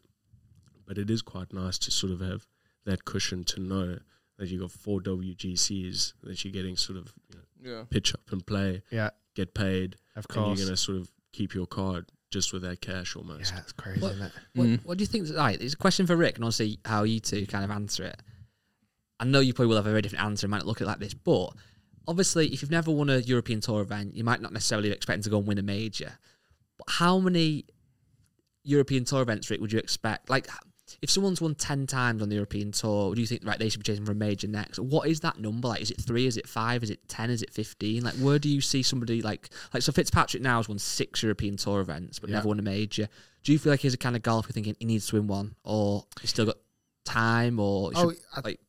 D: But it is quite nice to sort of have that cushion to know that you've got four WGCs that you're getting sort of you know,
E: yeah,
D: pitch up and play,
B: Yeah.
D: get paid,
B: Of
D: and
B: course.
D: you're going to sort of keep your card just with that cash almost.
B: yeah, it's crazy,
C: Well-
B: isn't it?
C: What,
E: Mm.
C: what do you think? Right, it's a question for Rick, and I'll see how you two kind of answer it. I know you probably will have a very different answer. and might not look at it like this, but obviously, if you've never won a European Tour event, you might not necessarily be expecting to go and win a major. But how many European Tour events, Rick, would you expect? Like, if someone's won ten times on the European Tour, do you think right they should be chasing for a major next? What is that number? Like, is it three? Is it five? Is it ten? Is it fifteen? Like, where do you see somebody like like so Fitzpatrick now has won six European Tour events but never won a major? Do you feel like he's a kind of golfer thinking he needs to win one, or he's still got time, or
B: Oh, I,
C: like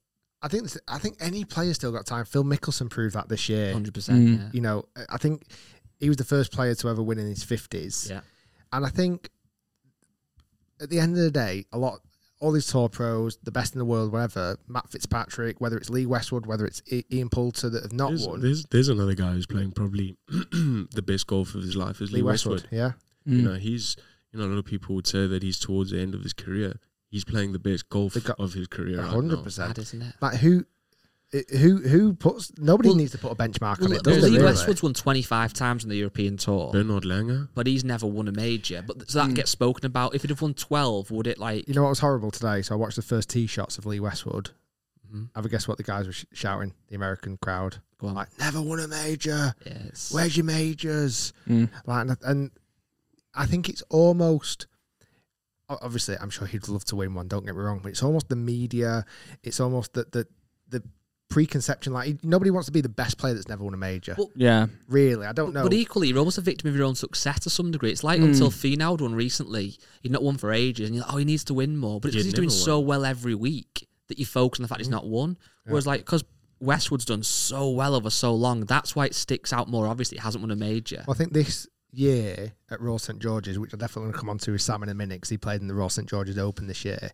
B: I think this- I think any player still got time. Phil Mickelson proved that this year.
C: hundred percent?
E: Mm.
C: Yeah.
B: You know, I think he was the first player to ever win in his fifties.
C: Yeah.
B: And I think at the end of the day, a lot, all these tour pros, the best in the world, whatever, Matt Fitzpatrick, whether it's Lee Westwood, whether it's I- Ian Poulter that have not
D: There's,
B: won,
D: there's, there's another guy who's playing probably the best golf of his life is Lee, Westwood.
B: Yeah.
D: You know, he's you know a lot of people would say that he's towards the end of his career. He's playing the best golf
B: The go-
D: of his career. right now.
B: hundred percent.
C: Bad, isn't it?
B: Like who, i- who, who puts? Nobody
C: Well-
B: needs to put a benchmark
C: Well,
B: on
C: look,
B: it. Does
C: Lee
B: it, really?
C: Westwood's won twenty five times on the European Tour.
D: Bernard Langer.
C: but he's never won a major. But th- so
E: Mm.
C: that gets spoken about. If he'd have won twelve, would it like?
B: You know what was horrible today? So I watched the first tee shots of Lee Westwood.
C: Mm-hmm.
B: Have a guess what the guys were sh- shouting? The American crowd,
C: Go on.
B: like "Never won a major.
C: yeah, it's-
B: Where's your majors?"
E: Mm.
B: Like, and, and I think it's almost. o- Obviously, I'm sure he'd love to win one. Don't get me wrong, but it's almost the media. It's almost the the, the preconception. Like nobody wants to be the best player that's never won a major.
C: Well-
E: yeah,
B: really, I don't know.
C: But equally, you're almost a victim of your own success to some degree. It's like
E: Mm.
C: until Finau won recently, he'd not won for ages, and you're like, oh, he needs to win more. But it's
D: He'd
C: because he's doing
D: never won.
C: so well every week that you focus on the fact he's not won. Whereas, like, because Westwood's done so well over so long, that's why it sticks out more. Obviously, he hasn't won a major.
B: Well, I think this year at Royal St George's, which I definitely want to come on to with Sam in a minute, because he played in the Royal St George's Open this year.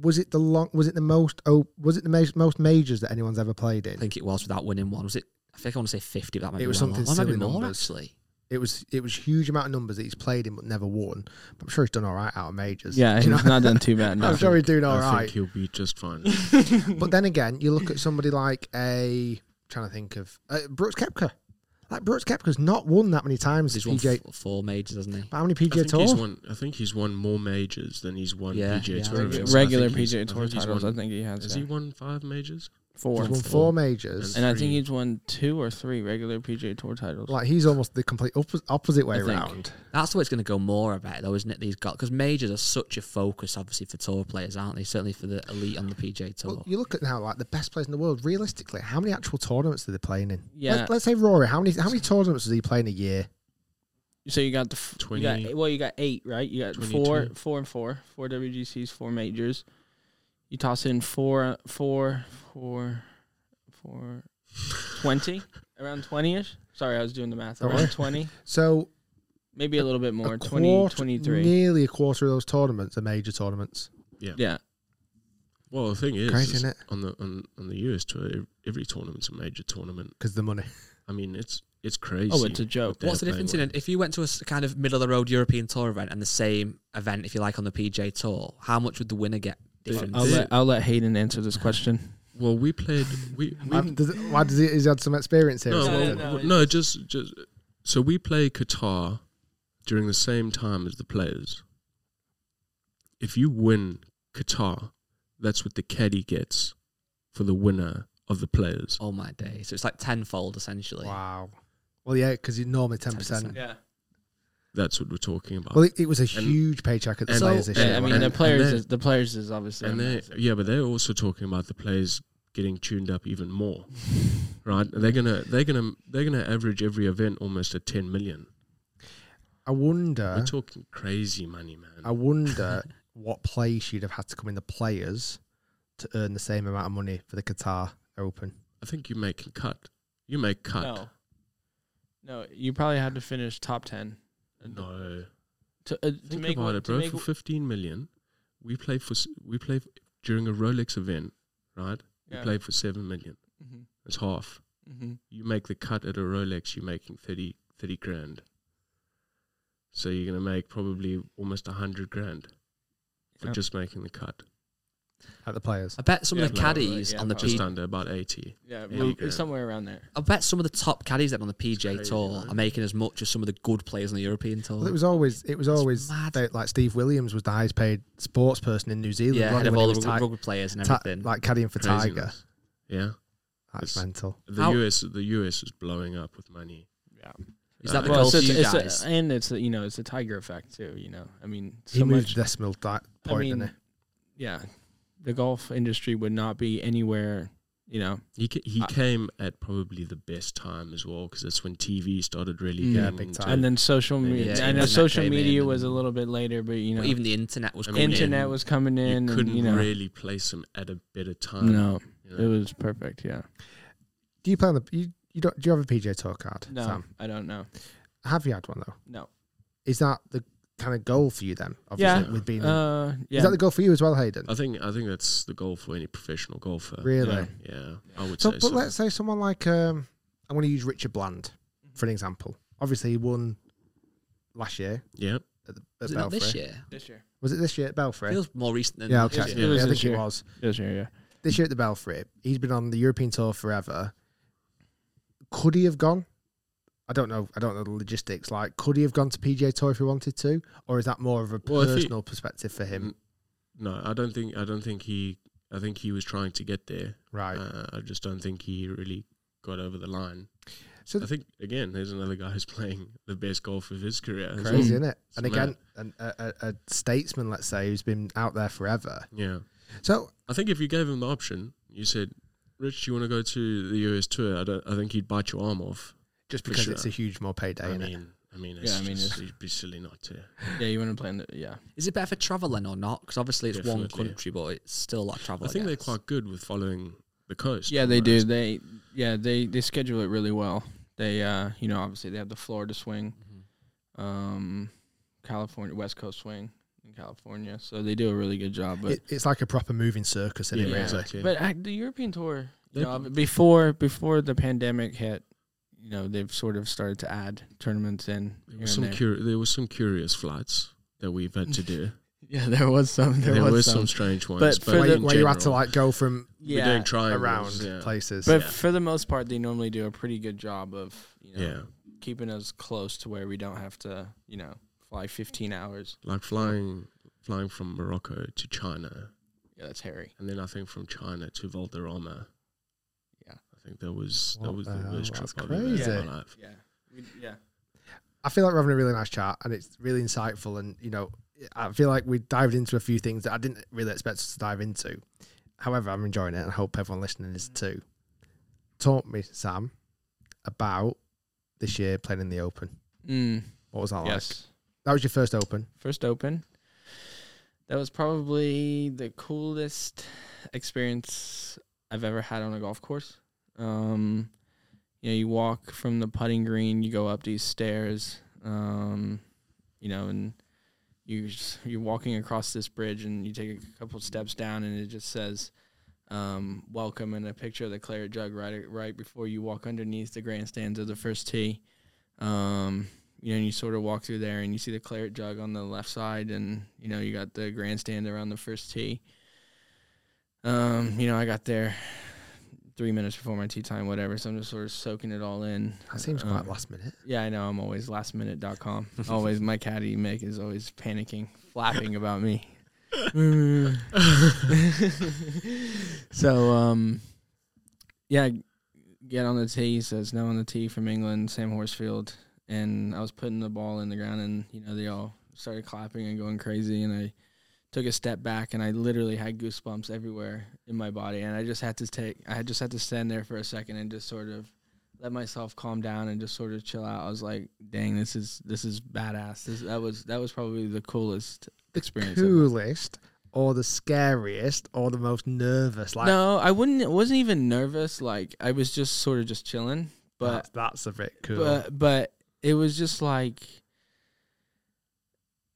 B: Was it the long? Was it the most? Oh, was it the most, most majors that anyone's ever played
C: I
B: in?
C: think it was without winning one. Was it? I think I want to say fifty. But that might
B: It
C: be
B: was
C: wrong.
B: something
C: Or maybe
B: silly
C: more
B: numbers.
C: actually.
B: It was it was huge amount of numbers that he's played in but never won. But I'm sure he's done all right out of majors.
E: yeah,
B: Do you know?
E: he's not done too bad.
B: I'm
E: No.
B: sure he's doing all
D: I
B: right.
D: think he'll be just fine.
B: But then again, you look at somebody like a trying to think of uh, Brooks Kepka. Like Brooks Kepka's not won that many times.
C: He's
B: He's
C: won
B: PJ.
C: f- four majors, hasn't he?
B: How many
D: I think
B: PGA
D: he's
B: Tour?
D: won. I think he's won more majors than he's won
C: Yeah,
D: PGA
C: yeah, I
D: Tour
C: think
D: events.
C: so.
D: I
E: Regular
D: think he's-
E: PGA
D: I
E: Tour
D: think he's
E: titles,
D: won-
E: I think he has.
D: Has
E: yeah.
D: he won five majors?
E: Four.
B: He's won
C: Four.
B: four majors.
E: And I think
D: Three.
E: he's won two or three regular PGA Tour titles.
B: Like he's almost the complete oppo- opposite way
E: I think.
B: around.
C: That's the way it's going to go more, I bet, though, isn't it? These got because majors are such a focus, obviously, for tour players, aren't they? Certainly for the elite on the PJ Tour.
B: Well, you look at now, like the best players in the world. Realistically, how many actual tournaments are they playing in?
E: Yeah.
B: Let's, let's say Rory. How many how many tournaments does he play in a year?
E: So you got the f- you got-
D: 20.
E: well, you got eight, right? You got four,
D: 22.
E: four and four, four WGCs, four majors. You toss in four, four, four, four, twenty, around twenty-ish. Sorry, I was doing the math.
B: Don't
E: Around
B: worry.
E: twenty,
B: So
E: maybe a little bit more,
B: a
E: Twenty,
B: quarter-
E: twenty-three. 23.
B: nearly a quarter of those tournaments are major tournaments.
E: Yeah,
D: Well, the thing is,
B: Crazy,
D: is
B: innit?
D: on the on, on the US tour, ev- every tournament's a major tournament.
B: because the money.
D: I mean, it's it's crazy.
E: Oh, it's a joke.
D: what they're
C: What's the difference in
D: playing
C: it? If you went to a s- kind of middle of the road European Tour event and the same event, if you like, on the PJ Tour, how much would the winner get? Difference?
E: I'll let I'll let Hayden answer this question.
D: with. Well, we played. We, we
B: Um, does it- why does he, he's had some experience here? or
D: no,
E: No, no,
D: well,
B: something?
E: no,
D: no, just just so we play Qatar during the same time as the players. If you win Qatar, that's what the caddy gets for the winner of the players.
C: Oh my day! So it's like tenfold essentially.
B: Wow. Well, yeah, because you're normally ten
C: 10%.
B: percent.
E: Yeah,
D: That's what we're talking about.
B: Well, it, it was a
D: And-
B: huge paycheck at the
D: and-
B: players this
D: So-
B: year.
E: I mean
D: And-
E: the
B: wasn't it?
E: players,
D: then-
E: is, the players is obviously
D: and they, yeah, but they're also talking about the players getting tuned up even more, right? And they're gonna they're gonna they're gonna average every event almost at ten million.
B: I wonder.
D: We're talking crazy money, man.
B: I wonder what place you'd have had to come in the players to earn the same amount of money for the Qatar Open.
D: I think you make a cut. You make cut.
E: no, no, you probably had to finish top ten
D: No.
E: to uh, to
D: Think
E: make
D: about
E: one,
D: it,
E: to
D: bro.
E: make
D: For fifteen million, we play for s- we play f- during a Rolex event, right?
E: Yeah.
D: We play for seven million.
E: Mm-hmm,
D: It's half.
E: mm-hmm.
D: You make the cut at a Rolex, you're making 30, 30 grand. So you're gonna make probably almost a hundred grand for
E: Yeah.
D: just making the cut.
B: At the players.
C: I bet some
E: Yeah,
C: of the
E: no,
C: caddies
E: right, yeah,
C: on the
E: probably.
C: P-
D: Just under about eighty.
E: Yeah,
D: Yeah,
E: well,
D: you get-
E: somewhere around there.
C: I bet some of the top caddies that are on the PJ
D: crazy,
C: Tour
D: right?
C: are making as much as some of the good players on the European Tour.
B: Well, it was always it was always
C: mad.
B: they, like Steve Williams was the highest paid sports person in New Zealand.
C: yeah,
B: wasn't
C: head
B: he,
C: of
B: when he
C: all
B: was
C: the
B: ti-
C: rugby players and
B: ti-
C: everything.
B: like caddying for Tiger.
D: Craziness. Yeah.
B: That's
D: It's-
B: mental.
D: The
C: How-
D: US the US is blowing up with money.
E: Yeah.
C: Is
B: uh,
C: that the
D: Well,
C: goal
E: it's,
C: for you
E: it's
C: guys?
E: A, and it's a, you know it's a tiger effect too. You know, I mean, so
B: He moved
E: much.
B: the decimal di-
E: I
B: point,
E: mean,
B: didn't
E: yeah, the golf industry would not be anywhere. You know,
D: He ca- he
E: I-
D: came at probably the best time as well because that's when TV started really
E: Mm.
D: getting
E: Yeah,
B: big
D: into
B: time.
D: it.
E: and then social
C: Maybe
E: media. I
C: the
E: know
C: internet
E: social
C: came
E: media
C: in
E: was a
C: and-
E: little bit later, but you know,
C: Well, even the internet was
D: I
C: coming
D: mean,
E: internet
C: in.
E: was coming
D: you
E: in, and
D: couldn't
E: you know,
D: really place him at a better time.
E: no,
D: you
E: it
D: know.
E: was perfect. Yeah,
B: he? Do you play on the you, you don't do you have a PJ Tour card?
E: no,
B: Sam?
E: I don't know.
B: Have you had one though?
E: No,
B: Is that the kind of goal for you then?
E: Yeah.
B: Obviously, with being in-
E: uh, yeah, Uh,
B: is that the goal for you as well, Hayden?
D: I think I think that's the goal for any professional golfer.
B: Really?
D: Yeah, yeah, I would
B: So,
D: say
B: but
D: so.
B: let's say someone like um, I'm going to use Richard Bland
E: Mm-hmm.
B: for an example. Obviously, he won last year
D: yeah,
B: at, the, at
C: Was it not
B: Belfry.
C: this year?
E: this year,
B: Was it this year at Belfry?
C: Feels more recent than
B: yeah,
C: this
B: okay.
E: It
C: year.
B: Yeah,
E: was
B: I
E: this
B: think it
E: year.
B: was.
E: this year, yeah.
B: this year at the Belfry, he's been on the European tour forever. Could he have gone? I don't know. I don't know the logistics. Like, could he have gone to PGA Tour if he wanted to, or is that more of a
D: Well, if he- Mm,
B: personal perspective for him?
D: no, I don't think I don't think he. I think he was trying to get there.
B: Right.
D: Uh, I just don't think he really got over the line.
B: so
D: I think again, there's another guy who's playing the best golf of his career. as well.
B: crazy,
E: Mm.
B: isn't it? And
D: It's
B: again, an, a, a, a statesman, let's say, who's been out there forever.
D: Yeah,
B: So
D: I think if you gave him the option, you said, "Rich, you want to go to the US tour?" I don't. I think he'd bite your arm off.
B: just
D: For
B: because it's a
D: sure.
B: huge more payday,
D: I
B: innit?
D: mean, I mean, it's
E: I mean,
D: just-
E: it's-
D: it'd be silly not to.
E: Yeah, you want to play in the yeah.
C: Is it better for traveling or not? Because obviously it's one
D: Definitely.
C: country, but it's still a lot of
D: I
C: traveling.
D: think they're quite good with following the coast.
E: Yeah, they do.
D: almost.
E: They yeah they they schedule it really well. They uh you know obviously they have the Florida swing,
D: Mm-hmm.
E: um, California West Coast swing in California, so they do a really good job. But
B: It, it's like a proper moving circus, innit?
D: Yeah,
B: really?
D: exactly.
E: but I, the European tour, you
D: They-
E: know, before before the pandemic hit, you know they've sort of started to add tournaments in.
D: There was
E: here and
D: some
E: there.
D: curi- there was some curious flights that we've had to do.
E: yeah, there was some. There,
D: there
E: was,
D: were some,
E: some.
D: strange ones, but,
E: But for
B: Where,
E: the-
B: you, where you had to
D: general,
B: like go from
D: we're doing
E: Yeah,
D: triangles,
B: around
D: yeah.
B: places.
E: but
D: yeah.
E: for the most part, they normally do a pretty good job of you know
D: Yeah,
E: keeping us close to where we don't have to you know fly 15 hours.
D: like flying flying from Morocco to China,
E: Yeah, that's hairy.
D: and then I think from China to Valderrama. I think that was that
B: What
D: was
B: the
D: the
B: hell?
D: worst trip
B: That's
D: I've ever had
B: crazy.
D: in my life.
E: Yeah. We, yeah.
B: I feel like we're having a really nice chat and it's really insightful. And, you know, I feel like we dived into a few things that I didn't really expect us to dive into. However, I'm enjoying it and I hope everyone listening is too. Talk me, Sam, about this year playing in the Open.
E: Mm,
B: What was that like?
E: yes.
B: That was your first Open.
E: First open. That was probably the coolest experience I've ever had on a golf course. Um, you know, you walk from the putting green, you go up these stairs, um, you know, and you just, you're walking across this bridge, and you take a couple steps down, and it just says um, "Welcome" and a picture of the claret jug right right before you walk underneath the grandstands of the first tee. Um, you know, and you sort of walk through there, and you see the claret jug on the left side, and you know you got the grandstand around the first tee. Um, you know, I got there three minutes before my tee time, whatever. So I'm just sort of soaking it all in.
B: That seems quite
E: Um,
B: last minute.
E: Yeah, I know. I'm always lastminute.com. always my caddy Mick is always panicking, flapping about me. so um, yeah, get on the tee. Says no on the tee from England, Sam Horsfield, and I was putting the ball in the ground, and you know they all started clapping and going crazy, and I took a step back, and I literally had goosebumps everywhere in my body, and I just had to take, I just had to stand there for a second and just sort of let myself calm down and just sort of chill out. I was like, dang, this is this is badass. This, that was that was probably the coolest experience. ever.
B: Coolest or the scariest or the most nervous? Like,
E: no, I wouldn't. wasn't even nervous. Like I was just sort of just chilling, but
B: that's, that's a bit cool.
E: but but it was just like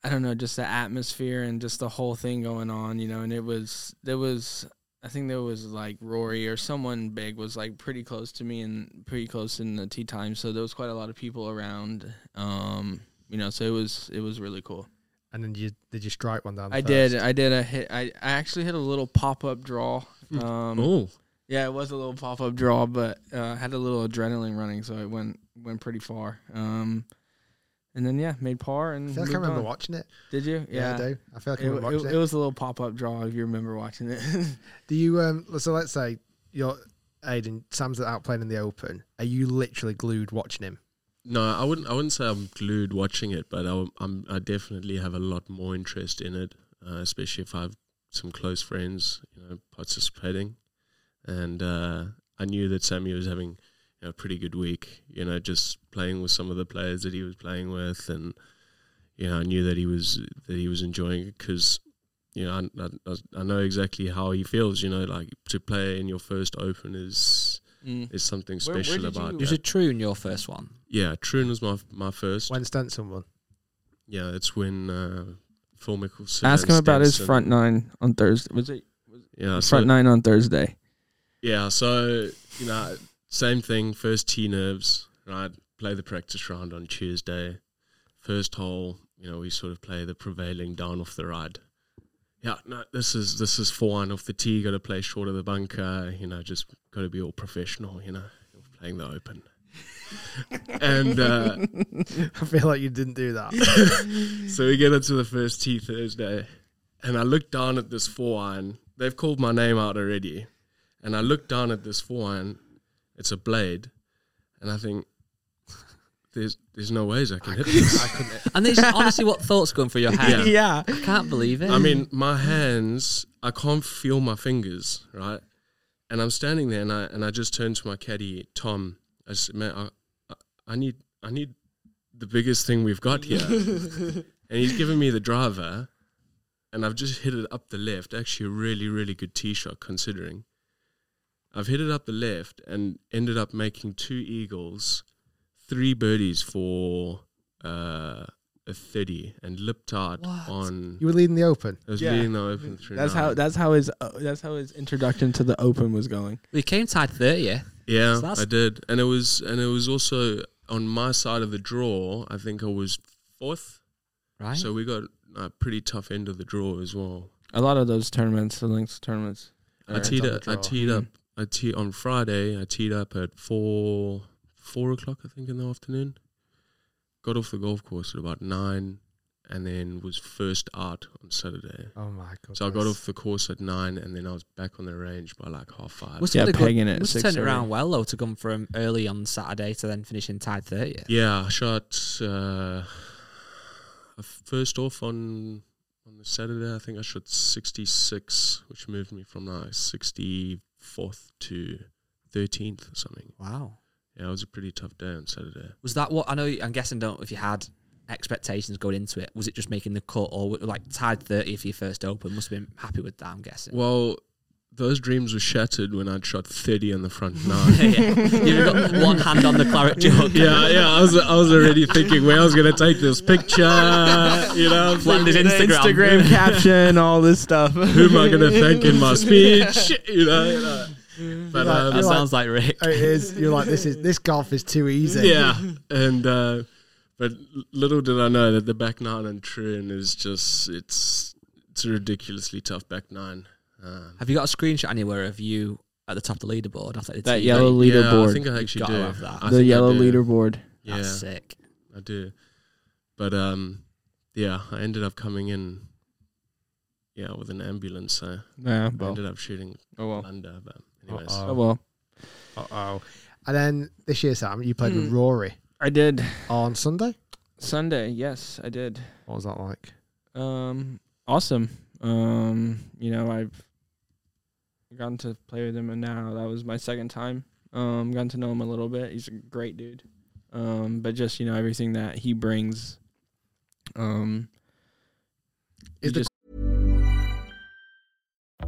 E: I don't know, just the atmosphere and just the whole thing going on, you know. And it was there was I think there was like Rory or someone big was like pretty close to me and pretty close in the tea time, so there was quite a lot of people around. Um, you know, so it was it was really cool.
B: and then you did you strike one down?
E: I did I did a hit I, I actually hit a little pop up draw. Um,
D: Oh,
E: yeah, it was a little pop up draw, but uh, I had a little adrenaline running, so it went went pretty far. Um, and then yeah, made par and
B: I feel like I
E: moved
B: remember
E: on.
B: watching it.
E: Did you?
B: Yeah. I do. I feel like I
E: It,
B: remember
E: w-
B: watching
E: it,
B: it.
E: it was a little pop up draw if you remember watching it.
B: Do you um so let's say you're Aiden, Sam's out playing in the open. Are you literally glued watching him?
D: no, I wouldn't. I wouldn't say I'm glued watching it, but I, am I definitely have a lot more interest in it, uh, especially if I have some close friends, you know, participating. And uh, I knew that Sammy was having you know, a pretty good week. You know, just playing with some of the players that he was playing with, and you know, I knew that he was that he was enjoying it because you know I, I, I know exactly how he feels. You know, like to play in your first Open is
E: Mm.
D: is something
E: Where- where
D: special
E: did
D: about.
E: you-
D: that.
C: Was it true in your first one?
D: Yeah, Troon was my my first.
B: When Stenson won.
D: Yeah, it's when uh, Phil Mickelson.
E: Ask
D: and
E: him about his
D: Stenson-
E: front nine on Thursday. Was it
D: Yeah, so,
E: front nine on Thursday?
D: yeah. So you know, same thing. First tee nerves, right? Play the practice round on Tuesday. First hole, you know, we sort of play the prevailing down off the ride. Yeah, no, this is this is four one off the tee. Got to play short of the bunker. You know, just got to be all professional. You know, playing the open. and uh,
B: I feel like you didn't do that.
D: So we get into the first tee Thursday, and I look down at this four iron. They've called my name out already, and I look down at this four iron. It's a blade, and I think there's there's no ways I can hit this.
C: And this honestly, what thoughts going through your head?
E: Yeah.
C: I can't believe it.
D: I mean, my hands, I can't feel my fingers, right? And I'm standing there, and I and I just turn to my caddy, Tom. I said, man, I, I, I need I need the biggest thing we've got here, and he's giving me the driver, and I've just hit it up the left. Actually, a really really good tee shot considering. I've hit it up the left and ended up making two eagles, three birdies for uh, a thirty, and Liptard on.
B: You were leading the open.
D: I was
E: Yeah.
D: leading the open through.
E: That's
D: nine.
E: how that's how his uh, that's how his introduction to the Open was going.
C: we came tied 30.
D: Yeah,
C: So that's-
D: I did, and it was and it was also on my side of the draw. I think I was fourth,
C: Right.
D: so we got a pretty tough end of the draw as well.
E: A lot of those tournaments, the links tournaments.
D: I
E: are-
D: teed
B: top of
D: up.
B: the
D: I
B: draw.
D: teed up. I teed on Friday. I teed up at four four o'clock, I think, in the afternoon. Got off the golf course at about nine, and then was first art on Saturday.
B: Oh my god.
D: So I got off the course at nine, and then I was back on the range by like half five.
C: Must
E: Yeah,
C: have been a
E: pegging it at
C: Must
E: 6
C: have turned it
E: already.
C: around well though to come from early on Saturday to then finishing tied thirtieth.
D: Yeah, I shot uh, I first off on on the Saturday. I think I shot sixty six, which moved me from like sixty fourth to thirteenth or something.
C: Wow.
D: Yeah, it was a pretty tough day on Saturday.
C: Was that what I know? I'm guessing don't if you had expectations going into it. Was it just making the cut or like tied thirty for your first open? Must have been happy with that. I'm guessing.
D: Well, those dreams were shattered when I shot thirty on the front nine.
C: yeah. You've got one hand on the claret jug.
D: yeah, yeah, I was I was already thinking where I was gonna take this picture. You know,
C: Planned his Instagram.
E: Instagram caption, all this stuff.
D: who am I gonna thank in my speech? You know, you know. but
B: Like,
D: um,
C: That sounds like Rick.
B: It is. You're like this is this golf is too easy.
D: yeah, and uh, but little did I know that the back nine on Troon is just it's it's a ridiculously tough back nine. Um,
C: Have you got a screenshot anywhere of you at the top of the leaderboard? After the
E: That
C: TV?
E: yellow
D: Yeah, I
E: leaderboard.
D: think I actually
C: gotta
D: do.
C: have that.
D: I
E: the
D: think I
E: yellow
D: do.
E: leaderboard.
D: Yeah,
C: That's Ah, sick.
D: I do. But um, yeah, I ended up coming in. Yeah, with an ambulance. So
E: Yeah,
D: I
E: well.
D: ended up shooting
E: Oh well.
D: under. But anyways,
B: Uh-oh.
E: Oh well.
B: oh. And then this year, Sam, you played
E: Hmm.
B: with Rory
E: I did
B: on Sunday.
E: Sunday. Yes, I did.
B: What was that like?
E: Um, awesome. Um, you know, I've gotten to play with him, and now that was my second time. Um, gotten to know him a little bit. He's a great dude. Um, but just you know everything that he brings. Um,
B: Is
E: you
B: the
E: just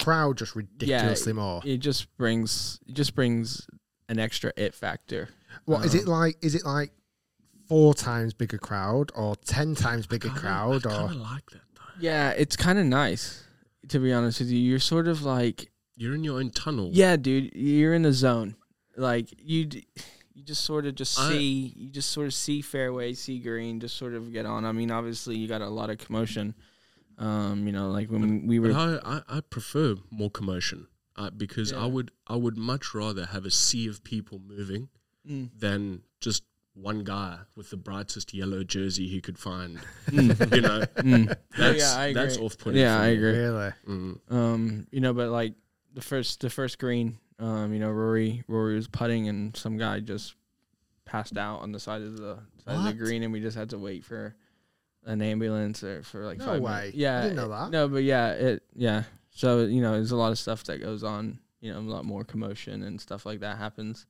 B: crowd just ridiculously
E: yeah,
B: more?
E: It just brings it just brings an extra it factor. Um,
B: What is it like? Is it like four times bigger crowd or ten times bigger crowd
D: I
B: or
D: kind of like that though.
E: Yeah, it's kind of nice to be honest with you. You're sort of like
D: You're in your own tunnel.
E: Yeah, dude, you're in the zone. Like you, d- you just sort of just
D: I-
E: see, you just sort of see fairway, see green, just sort of get on. I mean, obviously, you got a lot of commotion. Um, you know, like when we
D: But
E: were.
D: I, I, I prefer more commotion uh, because I
E: Yeah.
D: would I would much rather have a sea of people moving
E: Mm.
D: than just one guy with the brightest yellow jersey he could find.
E: Mm.
D: you know,
E: Mm.
D: that's
E: yeah, I
D: that's
E: agree.
D: off putting.
E: Yeah, I agree.
B: really?
D: Mm.
E: Um, you know, but like the first, the first green. Um, you know, Rory, Rory was putting, and some guy just passed out on the side of the side of the
B: What?
E: green, and we just had to wait for an ambulance or for like
B: No
E: five
B: way.
E: minutes.
B: I
E: Yeah,
B: didn't know
E: it-
B: that.
E: No, but yeah, it yeah. So you know, there's a lot of stuff that goes on. You know, a lot more commotion and stuff like that happens.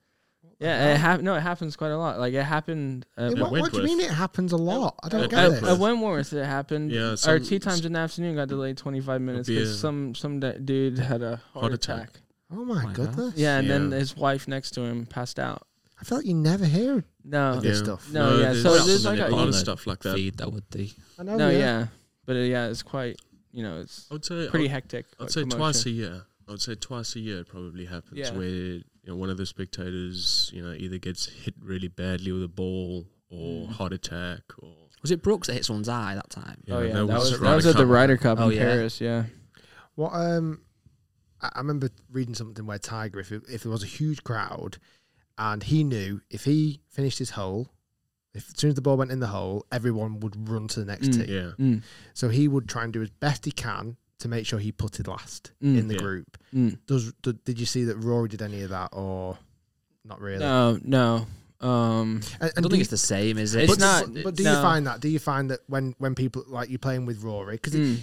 E: Yeah, it hap- no, it happens quite a lot. Like it happened. uh, At,
B: what, what do you
D: Wentworth.
B: mean it happens a lot? I don't
D: At-
B: get
D: at-
B: it. Oh
D: at
E: at Wentworth, it happened.
D: Yeah,
E: or
D: some-
E: tea times in the afternoon got delayed twenty five minutes
D: be
E: because
D: a-
E: some some da- dude had a heart,
D: Heart
E: attack.
D: attack.
B: Oh my
C: God.
B: goodness!
E: Yeah, and then
D: Yeah.
E: his wife next to him passed out.
B: I feel like you never hear.
E: No,
B: Yeah. stuff.
E: No, yeah, so
D: there's,
E: there's
D: a
E: like a-
D: lot of stuff like that.
C: Feed that would be.
B: I know.
E: no, yeah. but uh, yeah, it's quite. You know, it's
D: I would say I
E: pretty
D: would,
E: hectic.
D: I'd
E: like,
D: say twice a
E: commotion.
D: year. I would say twice a year it probably happens
E: Yeah.
D: where you know, one of the spectators, you know, either gets hit really badly with a ball or
E: Mm.
D: heart attack or
C: Was it Brooks that hit someone's eye that time?
D: you
E: Oh
D: know,
E: yeah, that was,
D: a
E: that
D: Ryder
E: was at the
D: Cup.
E: Ryder Cup
C: Oh,
E: in
C: yeah.
E: Paris. Yeah,
B: What um, I, I remember reading something where Tiger, if it, if there was a huge crowd, and he knew if he finished his hole, if as soon as the ball went in the hole, everyone would run to the next
E: Mm.
B: tee.
D: Yeah.
E: Mm,
B: So he would try and do as best he can to make sure he putted last
E: Mm.
B: in the
D: Yeah.
B: group.
E: mm.
B: Does do, did you see that Rory did any of that or not really?
E: No, no. Um,
B: And,
C: I don't
B: and do
C: think
B: you-
C: it's the same, is it?
E: It's
B: but,
E: not-
B: But do
E: no.
B: you find that? Do you find that when when people like you're playing with Rory because
E: mm,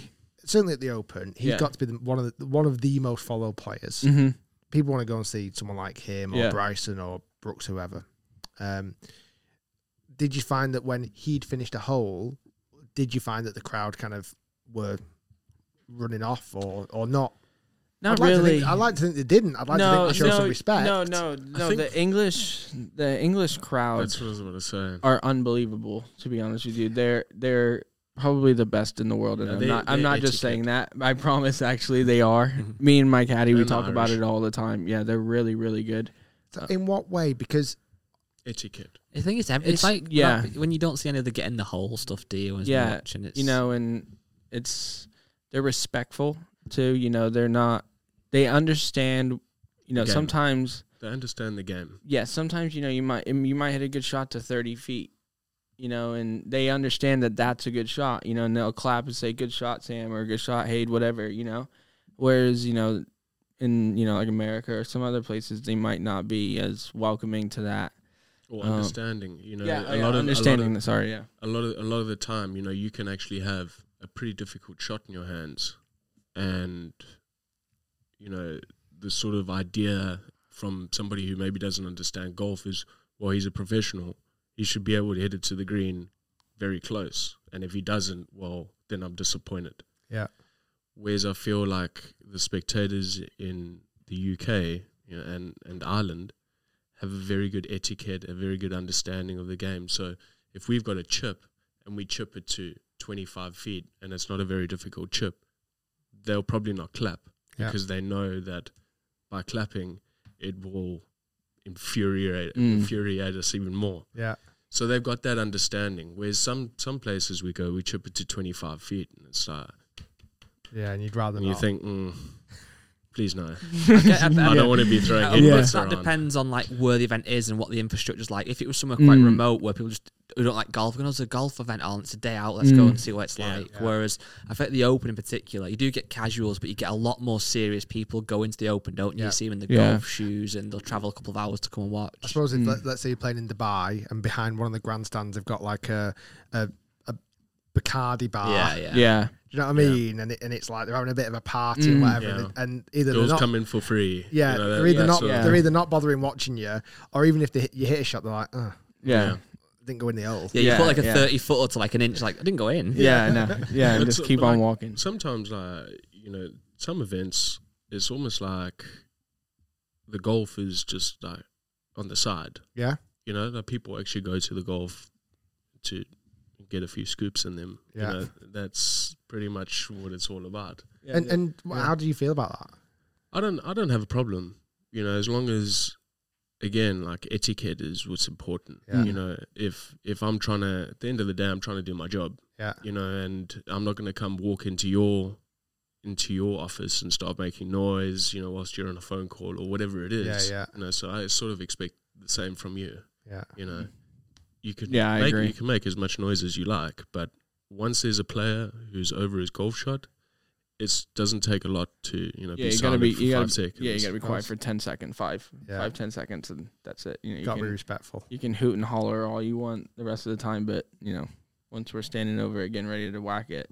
B: certainly at the Open he's
E: Yeah.
B: got to be the, one of the one of the most followed players.
E: mhm.
B: People want to go and see someone like him or
E: Yeah.
B: Bryson or Brooks, whoever. Um, did you find that when he'd finished a hole, did you find that the crowd kind of were running off or or not?
E: Not
B: I'd like to
E: really.
B: think- I'd like to think they didn't. I'd like to think they showed some respect.
E: No, no, no.
D: think-
E: The English, the English crowds
D: That's what I was about to say.
E: are unbelievable. To be honest with you, they're they're probably the best in the world, and
D: Yeah,
E: I'm
D: they-
E: not. I'm
D: they're
E: not just saying that. I promise. Actually, they are. Me and my caddy, we
D: They're
E: talk
D: not
E: about
D: Irish.
E: it all the time. Yeah, they're really, really good.
B: So In what way? Because
D: Etiquette.
C: I think it's, ev-
E: It's-
C: it's, like
E: yeah.
C: that- when you don't see any of the getting the whole stuff, do you? As
E: Yeah,
C: much, and it's
E: you know, and it's they're respectful too. You know, they're not. They understand. You know,
D: Again.
E: sometimes
D: They understand the game.
E: yeah, sometimes you know you might you might hit a good shot to thirty feet, you know, and they understand that that's a good shot, you know, and they'll clap and say good shot Sam or good shot Hayde, whatever, you know. Whereas you know, in you know like America or some other places, they might not be as welcoming to that.
D: Or
E: Um,
D: understanding. You know,
E: yeah,
D: a, lot of,
E: understanding.
D: a lot of
E: sorry, yeah,
D: a lot of a lot of the time, you know, you can actually have a pretty difficult shot in your hands. And you know, the sort of idea from somebody who maybe doesn't understand golf is well, he's a professional. He should be able to hit it to the green very close. And if he doesn't, well, then I'm disappointed.
B: yeah,
D: Whereas I feel like the spectators in the UK you know, and and Ireland have a very good etiquette, a very good understanding of the game. So if we've got a chip and we chip it to 25 feet and it's not a very difficult chip, they'll probably not clap
B: Yeah.
D: because they know that by clapping it will infuriate
E: Mm.
D: infuriate us even more.
B: yeah,
D: So they've got that understanding. Whereas some some places we go, we chip it to 25 feet and it's uh, like
B: yeah. And you'd rather
D: and you
B: not.
D: think, mm, please no.
C: I, get- I- I-
D: I don't want to be throwing
C: I-
D: yeah.
C: I-
D: headbutts
C: That
D: around.
C: depends on like where the event is and what the infrastructure's like. If it was somewhere quite
E: Mm.
C: remote where people just who don't like golf, going, oh, there's a golf event on, it's a day out, let's go
E: Mm.
C: and see what it's
D: Yeah.
C: like.
B: Yeah.
C: Whereas I think the Open in particular, you do get casuals, but you get a lot more serious people go into the Open, don't you?
B: Yeah.
C: You see them in the
E: Yeah.
C: golf shoes and they'll travel a couple of hours to come and watch.
B: I suppose if
E: Mm.
B: let, let's say you're playing in Dubai and behind one of the grandstands they've got like a a, a Bacardi bar.
C: yeah,
E: yeah,
C: yeah.
B: Do you know what I
D: Yeah.
B: mean? And it, and it's like they're having a bit of a party
E: Mm.
B: and whatever.
D: Yeah.
B: And, and either
D: Girls
B: they're not,
D: come in for free.
B: yeah,
D: you know, that-
B: they're either
D: that
B: not
D: sort of-
E: yeah.
B: they're either not bothering watching you, or even if they hit, you hit a shot, they're like, oh,
E: yeah,
B: didn't go in the hole.
C: Yeah, you
E: Yeah,
C: put like a
E: yeah.
C: 30 footer to like an inch, like, I didn't go in.
E: yeah, no, yeah, and
D: It's
E: just keep
D: like-
E: on walking.
D: Sometimes, like you know, some events, it's almost like the golf is just like on the side.
B: Yeah,
D: You know, like people actually go to the golf to get a few scoops in them.
B: Yeah.
D: You know, that's pretty much what it's all about.
E: Yeah,
B: and and wh- how do you feel about that?
D: I don't I don't have a problem. You know, as long as again, like etiquette is what's important.
B: Yeah.
D: You know, if if I'm trying to at the end of the day I'm trying to do my job,
B: Yeah,
D: you know, and I'm not gonna come walk into your into your office and start making noise, you know, whilst you're on a phone call or whatever it is.
B: Yeah, yeah.
D: You know, so I sort of expect the same from you.
B: yeah,
D: You know. You could
E: Yeah, I
D: make
E: agree.
D: you can make as much noise as you like, but once there's a player who's over his golf shot, it doesn't take a lot to, you know,
E: yeah,
D: be
E: you gotta
D: silent
E: be,
D: for
E: you
D: five
E: gotta,
D: seconds.
E: yeah, you gotta be quiet for 10 seconds, five,
B: Yeah.
E: five, 10 seconds, and that's it. You know, you
B: got to be
E: can-
B: respectful.
E: you can hoot and holler all you want the rest of the time, but you know, once we're standing over it, getting ready to whack it,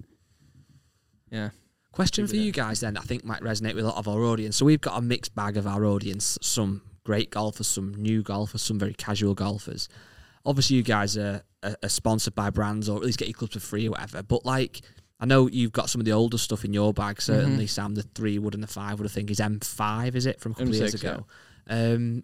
E: yeah,
C: Question
E: Keep
C: for
E: it
C: you guys then, that I think might resonate with a lot of our audience. So we've got a mixed bag of our audience, some great golfers, some new golfers, some very casual golfers. Obviously, you guys are, are, are sponsored by brands, or at least get your clubs for free or whatever. But like, I know you've got some of the older stuff in your bag. Certainly, Sam, the three wood and the five wood. I think is M five, is it from a couple of years
E: M6,
C: ago? Um,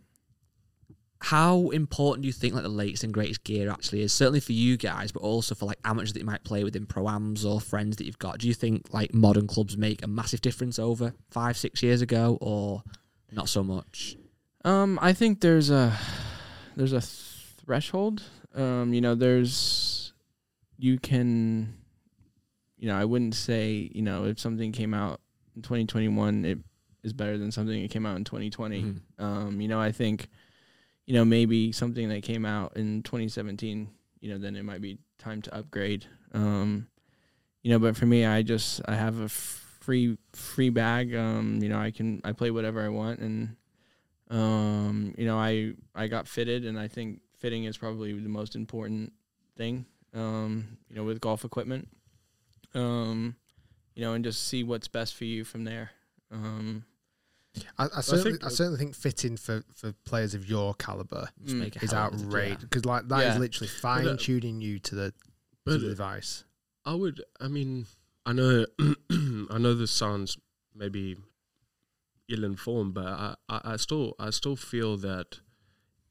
C: how important do you think like the latest and greatest gear actually is? Certainly for you guys, but also for like amateurs that you might play with in proams or friends that you've got. Do you think like modern clubs make a massive difference over five, six years ago, or not so much?
E: Um, I think there's a there's a threshold. Um, you know, there's you can, you know, I wouldn't say you know if something came out in 2021, it is better than something that came out in 2020.
C: Mhm.
E: Um, you know, I think, you know, maybe something that came out in 2017, you know, then it might be time to upgrade. Um, you know, but for me, I just I have a free free bag. Um, you know, I can I play whatever I want and um you know i i got fitted and i think fitting is probably the most important thing um you know with golf equipment um you know and just see what's best for you from there um
B: I, I certainly, I,
D: think-
B: certainly think fitting for, for players of your caliber
C: Just
E: Mm.
C: make a
B: is
C: hell of a difference,
B: outrageous
C: yeah.
B: because like that is
E: Yeah.
B: literally fine tuning you to the to
D: But
B: the device.
D: I would. I mean, I know. I know this sounds maybe ill-informed, but I, I, I still, I still feel that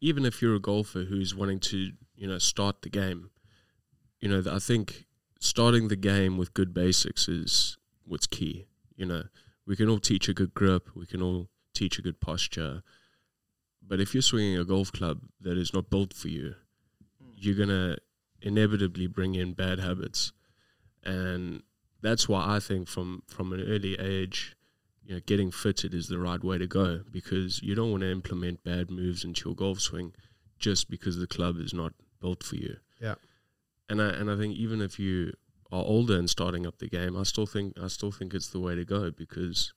D: even if you're a golfer who's wanting to, you know, start the game, you know, I think starting the game with good basics is what's key. You know, we can all teach a good grip. We can all teach a good posture. But if you're swinging a golf club that is not built for you, you're gonna inevitably bring in bad habits and that's why I think from from an early age, you know, getting fitted is the right way to go because you don't want to implement bad moves into your golf swing just because the club is not built for you.
B: Yeah.
D: And I and I think even if you are older and starting up the game, I still think I still think it's the way to go because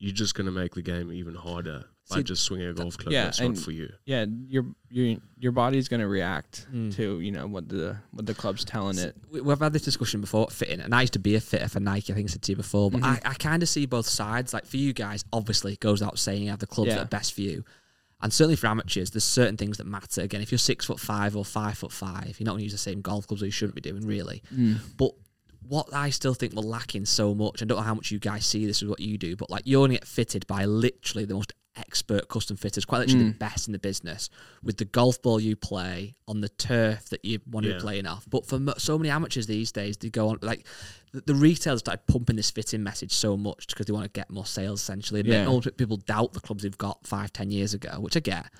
D: you're just going to make the game even harder by
C: See,
D: just swinging a golf club
E: yeah,
D: that's not
E: and-
D: for you.
E: yeah your your your body's going to react
C: Mm.
E: to you know what the what the club's telling it
C: we- we've had this discussion before fitting and i used to be a fitter for nike i think i said to you before but i, I kind of see both sides like for you guys obviously it goes out saying you have the clubs that
E: Yeah.
C: are best for you and certainly for amateurs there's certain things that matter again if you're six foot five or five foot five you're not going to use the same golf clubs that you shouldn't be doing really but what I still think we're lacking so much, I don't know how much you guys see this is what you do, but like you're only get fitted by literally the most expert custom fitters, quite literally the best in the business, with the golf ball you play on the turf that you want to
D: Yeah.
C: be playing off. But for mo- so many amateurs these days, they go on like the, the retailers started pumping this fitting message so much because they want to get more sales essentially. And
E: Yeah.
C: yeah. people doubt the clubs they've got five, ten years ago, which I get.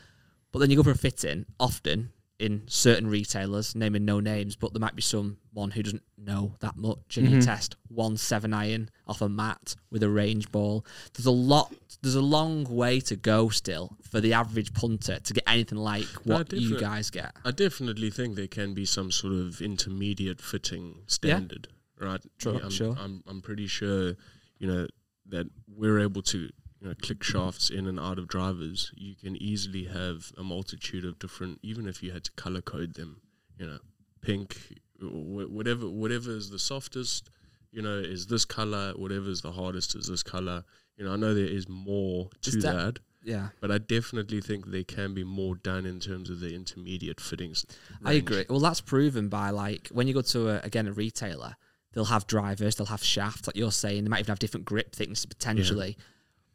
C: But then you go for a fitting, often in certain retailers, naming no names, but there might be someone who doesn't know that much, and you test one seven iron off a mat with a range ball. There's a lot. There's a long way to go still for the average punter to get anything like
D: No,
C: what you
D: definitely.
C: guys get.
D: I definitely think there can be some sort of intermediate fitting standard, right?
C: Sure,
D: I'm,
C: sure.
D: I'm, I'm pretty sure, you know, that we're able to you know, click shafts in and out of drivers. You can easily have a multitude of different, even if you had to color code them, you know, pink, wh- whatever, whatever is the softest, you know, is this color. Whatever is the hardest is this color. You know, I know there is more to
C: Is that-
D: that
C: Yeah.
D: but I definitely think there can be more done in terms of the intermediate fittings.
C: I
D: range.
C: agree. Well, that's proven by like when you go to a, again a retailer, they'll have drivers, they'll have shafts, like you're saying. They might even have different grip things potentially.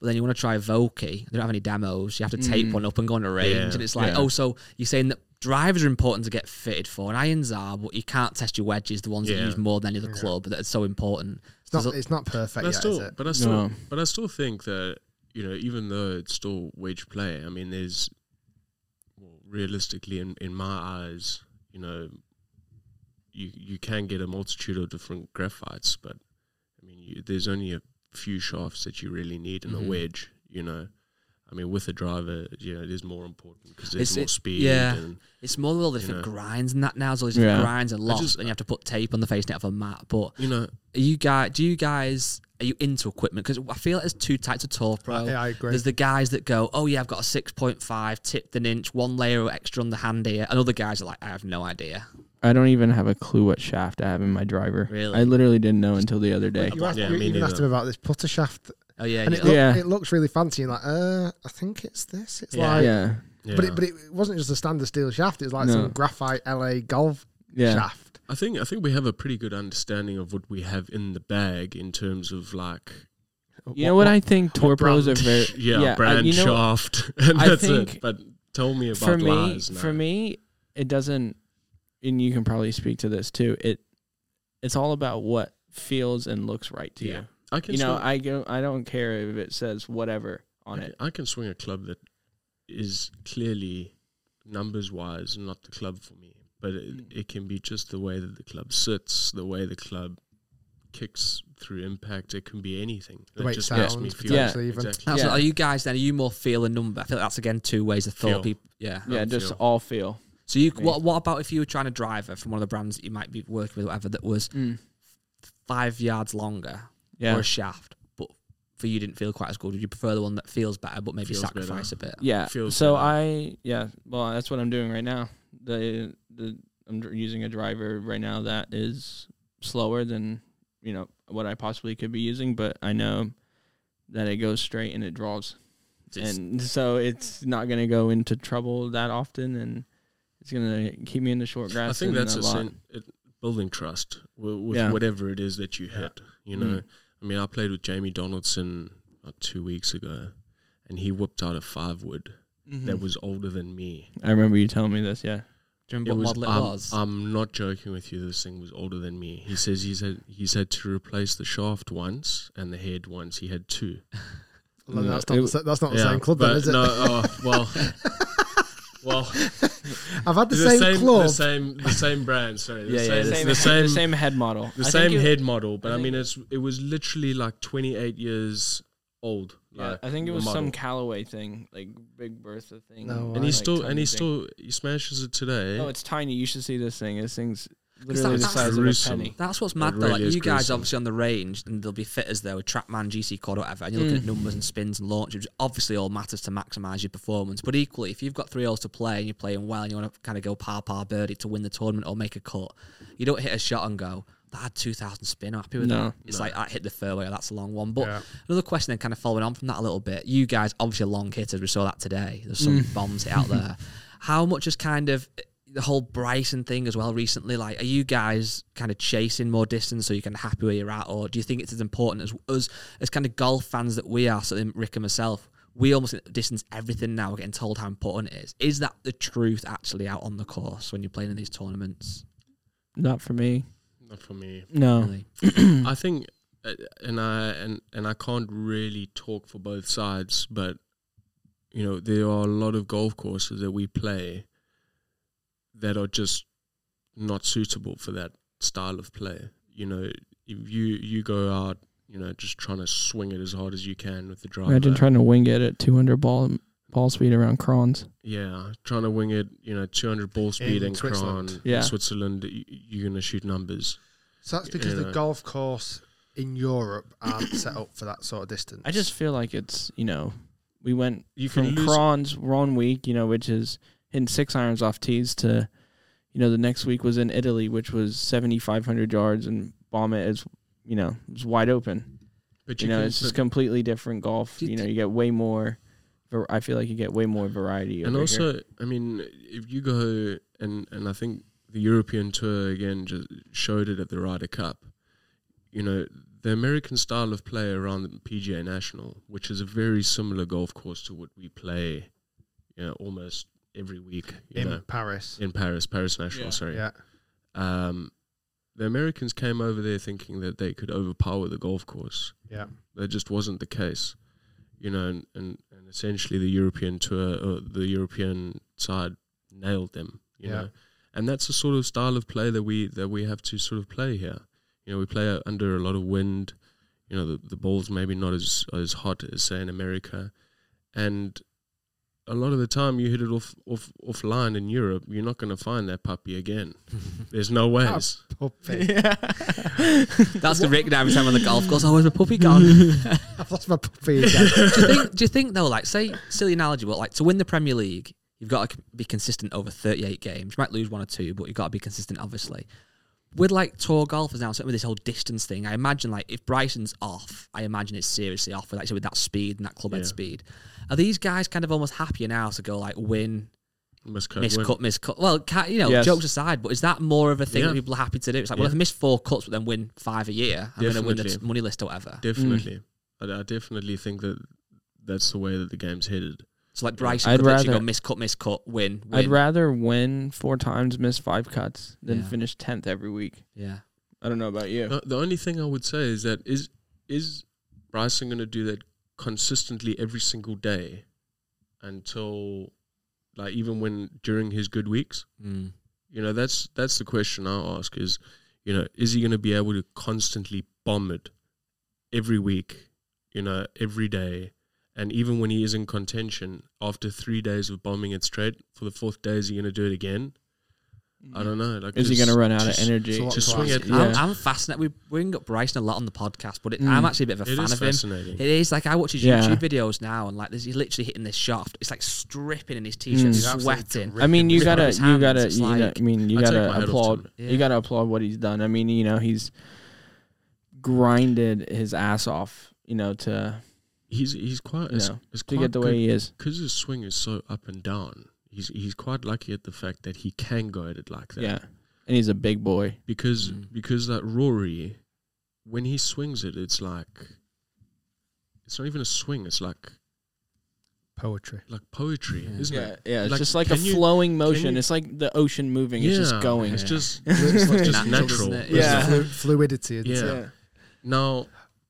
C: But then you want to try Voki. They don't have any demos. You have to tape one up and go on a range,
D: Mm. Yeah.
C: and it's like,
E: Yeah.
C: oh, so you're saying that drivers are important to get fitted for, and irons are, but you can't test your wedges, the ones that
D: Yeah.
C: you use more than any other club that are so important.
B: It's not
C: There's a-
B: it's not perfect
D: But I
B: yet, is
D: still,
B: it?
D: but I still,
E: No.
D: but I still think that you know, even though it's still wedge play, I mean, there's well, realistically, in in my eyes, you know, you you can get a multitude of different graphites, but I mean, you, there's only a few shafts that you really need in
C: Mhm.
D: a wedge, you know. I mean, with a driver, you know, it is more important because
C: It's-
D: there's more
C: it-
D: speed.
C: yeah.
D: and
C: it's more all the
D: you
C: different
D: know.
C: grinds and that now. There's all these different
E: Yeah.
C: grinds and lots,
D: just-
C: and you have to put tape on the face net of a mat. But
D: you know,
C: Are you guys? Do you guys? Are you into equipment? Because I feel like there's two types of tour pro.
B: Yeah, I agree.
C: There's the guys that go, oh yeah, I've got a 6.5 tipped an inch, one layer extra on the hand here, and other guys are like, I have no idea.
E: i don't even have a clue what shaft i have in my driver
C: Really?
E: i literally didn't know until the other day
B: You asked,
D: Yeah,
B: you
D: me
B: even asked
D: neither.
B: him about this putter shaft
C: Oh yeah,
B: and
C: yeah.
B: it, look,
E: Yeah.
B: it looks really fancy and like, uh, I think it's this. It's
C: Yeah.
B: like,
E: yeah,
B: but it, but it wasn't just a standard steel shaft. It was like
E: No.
B: some graphite LA golf
E: yeah,
B: shaft.
D: I think I think we have a pretty good understanding of what we have in the bag in terms of like
E: You know what, I think torpos are
D: brand-
E: very
D: yeah,
E: I-
D: brand
E: you know,
D: shaft and
E: I
D: that's
E: think
D: it. But tell me about
E: for me
D: lies. now.
E: for me it doesn't and you can probably speak to this too it it's all about what feels and looks right to
D: yeah,
E: you
D: I can
E: you know
D: swing,
E: i go i don't care if it says whatever on
D: I
E: it
D: can- I can swing a club that is clearly numbers wise not the club for me, but it,
E: Mm.
D: it can be just the way that the club sits, the way the club kicks through impact. It can be anything.
B: The
D: It
B: way it
D: just makes me
B: sounds,
D: feel.
B: potentially even.
D: Exactly.
C: That's
E: Yeah.
C: what- are you guys then? Are you more feel and number? I feel like that's again two ways of thought.
D: Feel.
C: People, yeah.
E: yeah
D: Um,
E: just
D: feel.
E: all feel
C: So you,
E: Me.
C: what, what about if you were trying to drive her from one of the brands that you might be working with, whatever, that was five yards longer
E: Mm. yeah
C: or a shaft, but for you didn't feel quite as good? Would you prefer the one that feels better, but maybe
D: Feels better.
C: sacrifice a bit?
E: yeah
D: feels
E: so
D: better.
E: i yeah well that's what i'm doing right now the the i'm dr- using a driver right now that is slower than you know what i possibly could be using but i know that it goes straight and it draws
C: It's-
E: and so it's not going to go into trouble that often, and it's going to keep me in the short grass.
D: I think
E: and
D: that's
E: a
D: a
E: lot.
D: sen- it, building trust with, with
E: Yeah.
D: whatever it is that you hit. You know, I mean, I played with Jamie Donaldson uh, two weeks ago, and he whipped out a five wood that was older than me.
E: I remember you telling me this. Yeah,
C: Do you remember what model it
D: I'm,
C: was?
D: I'm not joking with you. This thing was older than me. He says he's had he's had to replace the shaft once and the head once. He had two.
B: Like, that's not, the sa- that's not the same club, then,
D: but
B: is it?
D: No, oh, well, well,
B: I've had the, same, club.
D: the same, the same brand. Sorry, the
C: Yeah, yeah,
D: same,
C: the
D: the
E: same,
D: same,
E: the same head model.
D: the
E: I think
D: same
E: it-
D: head model, but I, mean, it's it was literally like 28 years old.
E: Yeah,
D: like,
E: I think it
D: the
E: was some
D: model.
E: Callaway thing, like Big Bertha thing.
B: No,
D: and
B: he
D: he's
E: like,
D: still,
E: tiny
D: and he
E: thing.
D: still, he smashes it today.
E: Oh, it's tiny. You should see this thing. This thing's literally the
C: that's
E: size
D: gruesome.
E: of a penny.
C: That's what's
D: It
C: mad though.
D: really
C: like
D: is
C: you guys
D: gruesome.
C: obviously on the range and they'll be fitters there with Trackman, GC Cord, whatever, and you're
D: Mm.
C: looking at numbers and spins and launches, which obviously all matters to maximise your performance. But equally, if you've got three holes to play and you're playing well and you want to kind of go par par birdie to win the tournament or make a cut, you don't hit a shot and go, that had 2,000 spin, I'm happy with
E: No.
C: that. It's like, that hit the fairway, or that's a long one. But another question then kind of following on from that a little bit, you guys obviously are long hitters, we saw that today. There's some
E: Mm.
C: bombs hit out there. How much is kind of eh, the whole Bryson thing as well recently. Like, are you guys kind of chasing more distance so you're kind of happy where you're at, or do you think it's as important as us as kind of golf fans that we are? So then Rick and myself, we almost distance everything now. We're getting told how important it is. Is that the truth actually out on the course when you're playing in these tournaments?
E: Not for me.
D: Not for me.
E: No.
C: Really?
E: Hmm.
D: I think, uh, and I and and I can't really talk for both sides, but you know there are a lot of golf courses that we play that are just not suitable for that style of play. You know, if you you go out, you know, just trying to swing it as hard as you can with the driver.
E: Imagine trying to wing it at 200 ball ball speed around Crons.
D: yeah, trying to wing it. You know, two hundred ball speed in,
B: Switzerland.
D: Cron,
E: Yeah.
D: Switzerland. y- You're gonna shoot numbers.
B: So that's because
D: You
B: the
D: know.
B: golf course in Europe aren't set up for that sort of distance.
E: I just feel like it's you know we went
D: You
E: from
D: can lose-
E: Kron's one week you know which is hitting six irons off tees to you know the next week was in Italy which was seventy five hundred yards and bomb it is you know it's wide open
D: But
E: you, know
D: can-
E: it's just
D: but-
E: completely different golf
C: Did-
E: you know you get way more var- I feel like you get way more variety
D: and
E: over here.
D: also i mean if you go and and i think the european tour again just showed it at the Ryder cup you know the american style of play around the pga national which is a very similar golf course to what we play you know almost every week you
B: in
D: know
B: Paris.
D: in paris paris national sorry
B: Yeah.
D: um the americans came over there thinking that they could overpower the golf course
B: Yeah.
D: that just wasn't the case, you know. And, and, and essentially, the European tour, or the European side, nailed them, you
B: Yeah.
D: know. And that's the sort of style of play that we that we have to sort of play here. You know, we play uh, under a lot of wind. You know, the, the ball's maybe not as as hot as say in America, and a lot of the time you hit it off off off line in Europe, you're not going to find that puppy again. There's no ways.
B: Puppy.
C: That's the Rick now every time on the golf course. Oh, where's my puppy gone?
B: I've lost my puppy again.
C: do you think? Do you think though? Like, say, silly analogy, but like to win the Premier League, you've got to be consistent over 38 games. You might lose one or two, but you've got to be consistent. Obviously, with like tour golfers now, certainly with this whole distance thing, I imagine like if Bryson's off, I imagine it's seriously off with like so with that speed and that clubhead
D: Yeah.
C: speed. Are these guys kind of almost happier now to go like win,
D: Miscut.
C: miss
D: win.
C: cut, miss cut? Well, ca you know,
D: Yes.
C: jokes aside, but is that more of a thing
D: Yeah.
C: that people are happy to do? It's like, well,
D: Yeah.
C: if I miss four cuts but then win five a year, I'm going to win the
D: Definitely.
C: money list or whatever.
D: Definitely. I, I definitely think that that's the way that the game's headed.
C: So like Bryson
E: I'd
C: could literally go
E: rather-
C: miss cut, miss cut, win, win.
E: I'd rather win four times, miss five cuts, than
C: Yeah.
E: finish tenth every week.
C: yeah.
E: I don't know about you.
D: The, the only thing I would say is that is is Bryson going to do that consistently every single day until like even when during his good weeks?
C: Mm.
D: You know, that's that's the question I ask is, you know, is he going to be able to constantly bomb it every week, you know, every day? And even when he is in contention, after three days of bombing it straight, for the fourth day, is he going to do it again? I don't know. Like,
E: Is he
D: just-
E: going to run out of
D: just-
E: energy?
B: so what-
D: Just swing it.
E: Yeah.
C: I'm, I'm fascinated. We bring up Bryson a lot on the podcast, but it,
E: Mm.
C: I'm actually a bit of a
D: It
C: fan
D: is
C: of him.
D: fascinating.
C: It is like I watch his
E: Yeah.
C: YouTube videos now, and like this, he's literally hitting this shaft. It's like stripping in his t-shirt,
E: Mm. He's
B: absolutely
C: sweating.
B: terrific.
E: I mean, you
C: Rip out
E: gotta,
C: his
E: you gotta,
C: hands,
E: you
C: it's
E: know,
C: like-
E: I mean, you
D: I take my
E: gotta
D: head off
E: applaud.
C: to him. Yeah.
E: You gotta applaud what he's done. I mean, you know, he's grinded his ass off, you know, to
D: He's he's quite
E: you
D: it's,
E: know,
D: it's
E: to
D: quite
E: get the way he is.
D: because his swing is so up and down. He's he's quite lucky at the fact that he can go at it like that.
E: Yeah, and he's a big boy.
D: Because
C: Mm.
D: because that Rory, when he swings it, it's like it's not even a swing. It's like
B: Poetry.
D: like poetry,
C: Yeah.
D: isn't
E: Yeah,
D: it?
E: yeah. It's
D: Like,
E: just like a
D: can you-
E: flowing motion.
D: motion. you-
E: it's like the ocean moving. It's just
D: Yeah,
E: going.
D: It's
C: Yeah.
D: just
B: It's like
D: just
C: natural,
D: natural.
C: isn't it?
D: isn't it?
E: Yeah.
B: Flu- fluidity. isn't it?
D: Yeah. Now,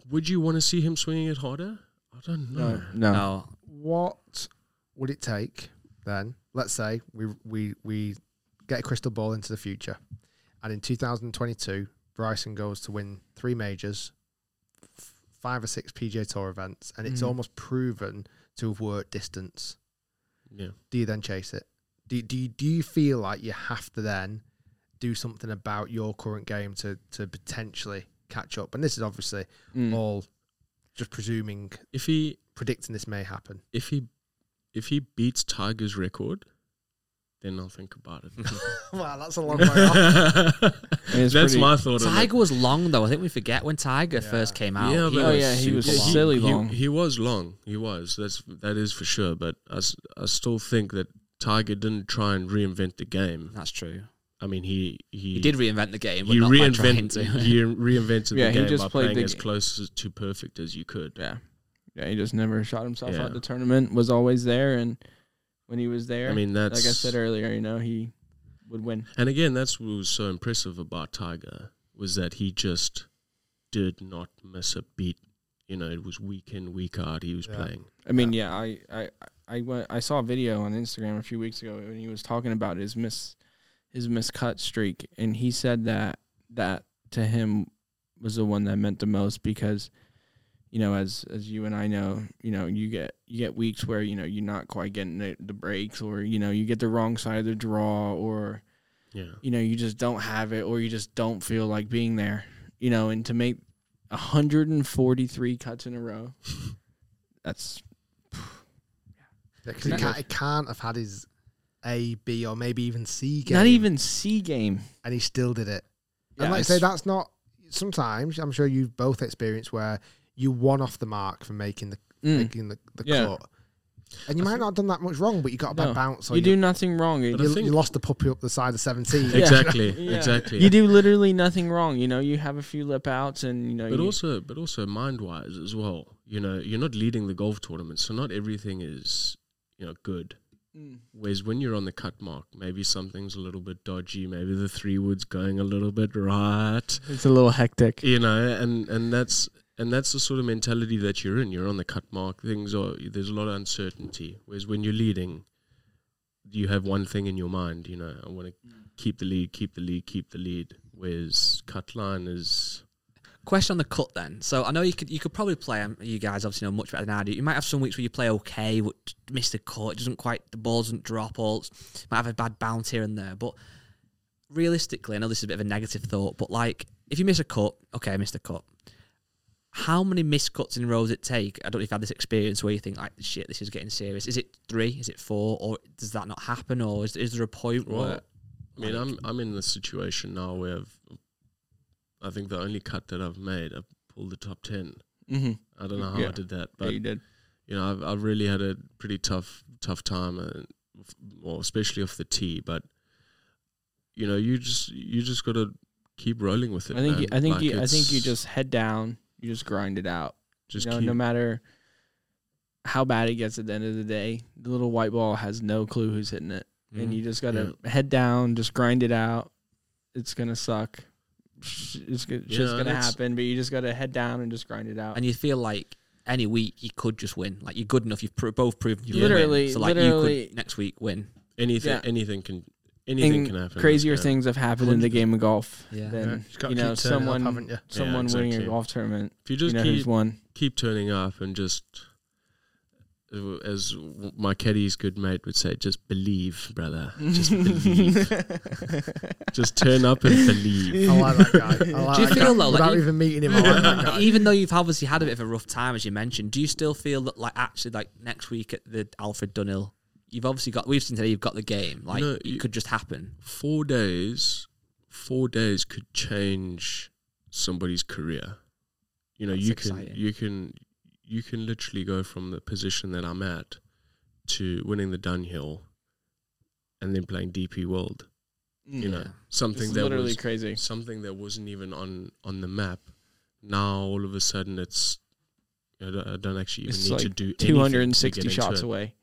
D: would you want to see him swinging it harder? I don't know.
E: No, no.
C: No,
B: What would it take then? Let's say we we we get a crystal ball into the future, and in 2022, Bryson goes to win three majors, f- five or six PGA Tour events, and it's
E: Mhm.
B: almost proven to have worked distance.
D: Yeah.
B: do you then chase it? Do, do, you, do you feel like you have to then do something about your current game to, to potentially catch up? And this is obviously
E: Mm.
B: all just presuming,
D: If he
B: predicting this may happen.
D: if he if he beats Tiger's record, then I'll think about it.
B: wow, that's a long way off.
D: That's
E: pretty-
D: my thought. on it.
C: Tiger was long though. I think we forget when Tiger first came out.
D: Yeah,
C: he
D: but-
E: Oh, yeah, he
C: super
E: was
C: long.
E: silly
D: he,
E: long.
D: He, was long. He was. That's that is for sure. But I, s- I still think that Tiger didn't try and reinvent the game.
C: That's true.
D: I mean, he he,
C: He did reinvent the game. But
D: He
C: not by trying
D: reinvented.
C: to.
D: He reinvented
E: Yeah,
D: the
E: he
D: game
E: just
D: by
E: played
D: playing
E: the
D: as
E: ga-
D: close as- to perfect as you could.
E: Yeah. Yeah, he just never shot himself
D: Yeah.
E: out the tournament, was always there and when he was there,
D: I mean,
E: like I
D: that's
E: said earlier, you know, he would win.
D: And again, that's what was so impressive about Tiger was that he just did not miss a beat. You know, it was week in, week out. He was
B: Yeah.
D: playing.
E: I mean, yeah, I I I went, I saw a video on Instagram a few weeks ago and he was talking about his miss his miscut streak and he said that that to him was the one that meant the most because you know as as you and I know, you know, you get you get weeks where you know you're not quite getting the, the breaks or you know, you get the wrong side of the draw or
D: Yeah.
E: you know, you just don't have it or you just don't feel like being there, you know, and to make 143 cuts in a row, that's
B: Yeah, 'cause he,
E: Can I-
B: can't, he can't have had his A, B, or maybe even C game.
E: not even C game.
B: And he still did it.
E: Yeah,
B: and like I say,
E: it's-
B: that's not. Sometimes, I'm sure you've both experienced where you won off the mark for making the,
E: Mm,
B: making the, the
E: Yeah.
B: cut. And you might not have done that much wrong, but you got a
E: No.
B: bad bounce. Or
E: you
B: you
E: do nothing wrong.
D: But I
B: you,
D: think-
B: you lost the puppy up the side of 17.
E: Yeah.
D: Exactly.
E: Yeah.
D: Exactly.
E: You do literally nothing wrong. You know, you have a few lip outs and, you know,
D: But
E: you-
D: also, but also mind wise as well. You know, you're not leading the golf tournament, so not everything is you know good.
E: Mm,
D: Whereas when you're on the cut mark, maybe something's a little bit dodgy. Maybe the three wood's going a little bit right.
E: it's a little hectic.
D: You know, and and that's and that's the sort of mentality that you're in. You're on the cut mark. Things are there's a lot of uncertainty. Whereas when you're leading, you have one thing in your mind. You know, I want to
E: Mm.
D: keep the lead, keep the lead, keep the lead. Whereas cut line is
C: Question on the cut then. So I know you could you could probably play. um, You guys obviously know much better than I do. You might have some weeks where you play okay, but miss the cut. It doesn't quite the ball doesn't drop. Or it's- might have a bad bounce here and there. But realistically, I know this is a bit of a negative thought, but like if you miss a cut, okay, I missed a cut. How many missed cuts in rows it take? I don't know if you've had this experience where you think like shit, this is getting serious. Is it three? Is it four? Or does that not happen? Or is, is there a point
D: Well,
C: where
D: I mean,
C: like-
D: I'm I'm in the situation now where I've I think the only cut that I've made, I pulled the top ten.
E: Mm-hmm.
D: I don't know how
E: Yeah.
D: I did that,
E: Yeah,
D: but
E: you did.
D: you know, I've, I've really had a pretty tough, tough time, uh, f- well, especially off the tee. But you know, you just you just got to keep rolling with it.
E: I think
D: man.
E: you, I think
D: Like,
E: you, I think you
D: it's-
E: just head down. You just grind it out.
D: just
E: you know,
D: keep.
E: no matter how bad it gets at the end of the day, the little white ball has no clue who's hitting it, and
D: Mm-hmm.
C: Mhm.
E: you just gotta head down, just grind it out. It's gonna suck. It's go-
D: Yeah,
E: shit's
D: and
E: gonna
D: it's-
E: happen, but you just gotta head down and just grind it out.
C: and you feel like any week you could just win. Like you're good enough. You've pr- both proven you can
E: Literally-
C: win. So like you
E: literally-
C: could next week win.
D: anything,
E: yeah.
D: anything can, anything
E: And
D: can happen.
E: Crazier
D: yeah.
E: things have happened in the game of golf
C: Yeah.
B: Yeah,
E: than
B: you've got to
E: you know
B: keep turning up,
E: someone
B: haven't you? Yeah,
E: someone winning a
D: exactly.
E: golf tournament.
D: If you
E: You
D: just
E: know
D: keep
E: who's won.
D: keep turning up and just, as my caddy's good mate would say, just believe, brother. Just believe. just turn up and believe.
B: I like that guy. I like
C: Do you
B: that
C: feel though,
B: guy.
C: like
B: Without
C: you-
B: even meeting
E: Oh,
B: him, I like that guy.
C: Even though you've obviously had a bit of a rough time, as you mentioned, do you still feel that like actually like next week at the Alfred Dunhill, you've obviously got we've seen today you've got the game. Like
D: No,
C: it
D: you-
C: could just happen.
D: four days four days could change somebody's career you know
C: That's
D: you can
C: exciting.
D: you can you can literally go from the position that i'm at to winning the dunhill and then playing dp world you know
C: Yeah.
D: something
E: It's
D: that
E: literally
D: was
E: crazy.
D: something that wasn't even on on the map now all of a sudden it's i don't, I don't actually even
E: It's
D: need to
E: like
D: do anything to get
E: 260
D: into
E: shots
D: it,
E: away.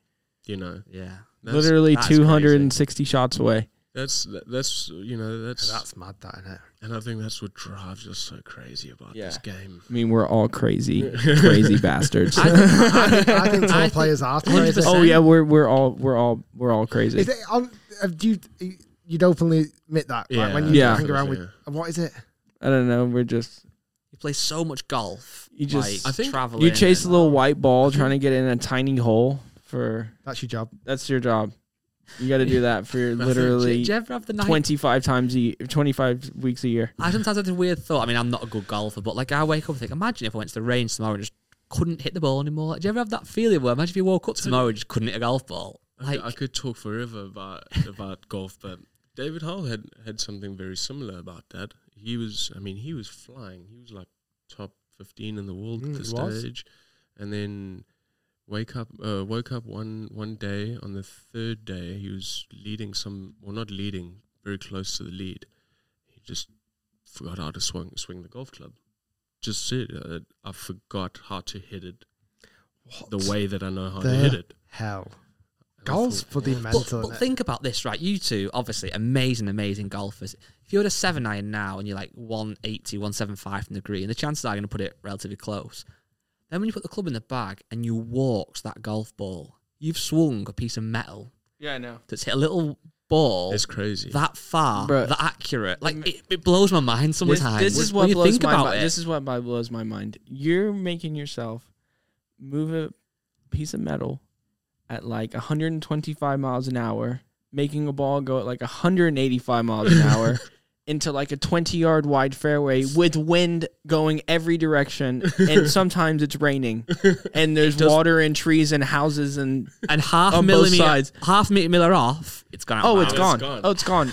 D: you know
C: Yeah.
D: That's-
E: Literally
C: that's
E: 260 shots away.
D: that's that's you know
B: That's mad, that isn't it?
D: And I think that's what drives us so crazy about this
E: Yeah.
D: game.
E: I mean, we're all crazy, crazy bastards.
B: I think
C: I
B: tour
C: think-
B: players are
C: 100%.
B: crazy.
E: oh yeah, we're we're all we're all we're all crazy.
B: Is it on? Have you you'd openly admit that?
D: Yeah.
B: Like when you
E: Yeah.
B: hang around with
D: Yeah.
B: what is it?
E: I don't know. We're just
C: You play so much golf.
E: You just-
C: like,
D: I think-
C: traveling
E: you chase a
C: and-
D: Um,
E: little white ball trying to get in a tiny hole. For
B: That's your job.
E: that's your job. You got to do that for literally
C: Do you ever have the night
E: 25 times a 25 weeks a year.
C: I sometimes have this weird thought. I mean, I'm not a good golfer, but like I wake up and think, imagine if I went to the range tomorrow and just couldn't hit the ball anymore. Like, do you ever have that feeling where imagine if you woke up tomorrow and just couldn't hit a golf ball?
D: I,
C: Like,
D: I could talk forever about about golf, but David Hull had had something very similar about that. He was, I mean, he was flying. He was like top fifteen in the world
B: Mm,
D: at the
B: he was.
D: stage, and then wake up uh, woke up one one day on the third day he was leading some well not leading very close to the lead he just forgot how to swing swing the golf club just said uh, i forgot how to hit it the way that i know how
B: the
D: to hit it
B: hell? Golf's bloody
C: but,
B: mental.
C: but
B: innit?
C: think about this, right? You two, obviously, amazing, amazing golfers. If you're at a seven iron now and you're like 180, 175 from the green, the chances are you're going to put it relatively close. Then when you put the club in the bag and you walk that golf ball, you've swung a piece of metal
E: Yeah, I know.
C: that's hit a little ball
D: It's crazy.
C: that far,
E: Bruh.
C: that accurate. Like it, it blows my mind
E: This,
C: sometimes.
E: this is
C: when
E: what
C: you
E: blows
C: think
E: my
C: about
E: mind.
C: it.
E: This is what my- blows my mind. You're making yourself move a piece of metal at like 125 miles an hour, making a ball go at like 185 miles an hour into like a 20 yard wide fairway with wind going every direction, and sometimes it's raining, and there's water and trees and houses and
C: and half
E: on both
C: millimeter,
E: sides.
C: half mi- miller off. It's gone. Out
E: oh,
C: of
E: it's
C: bounds.
E: gone.
D: gone.
E: Oh, it's gone.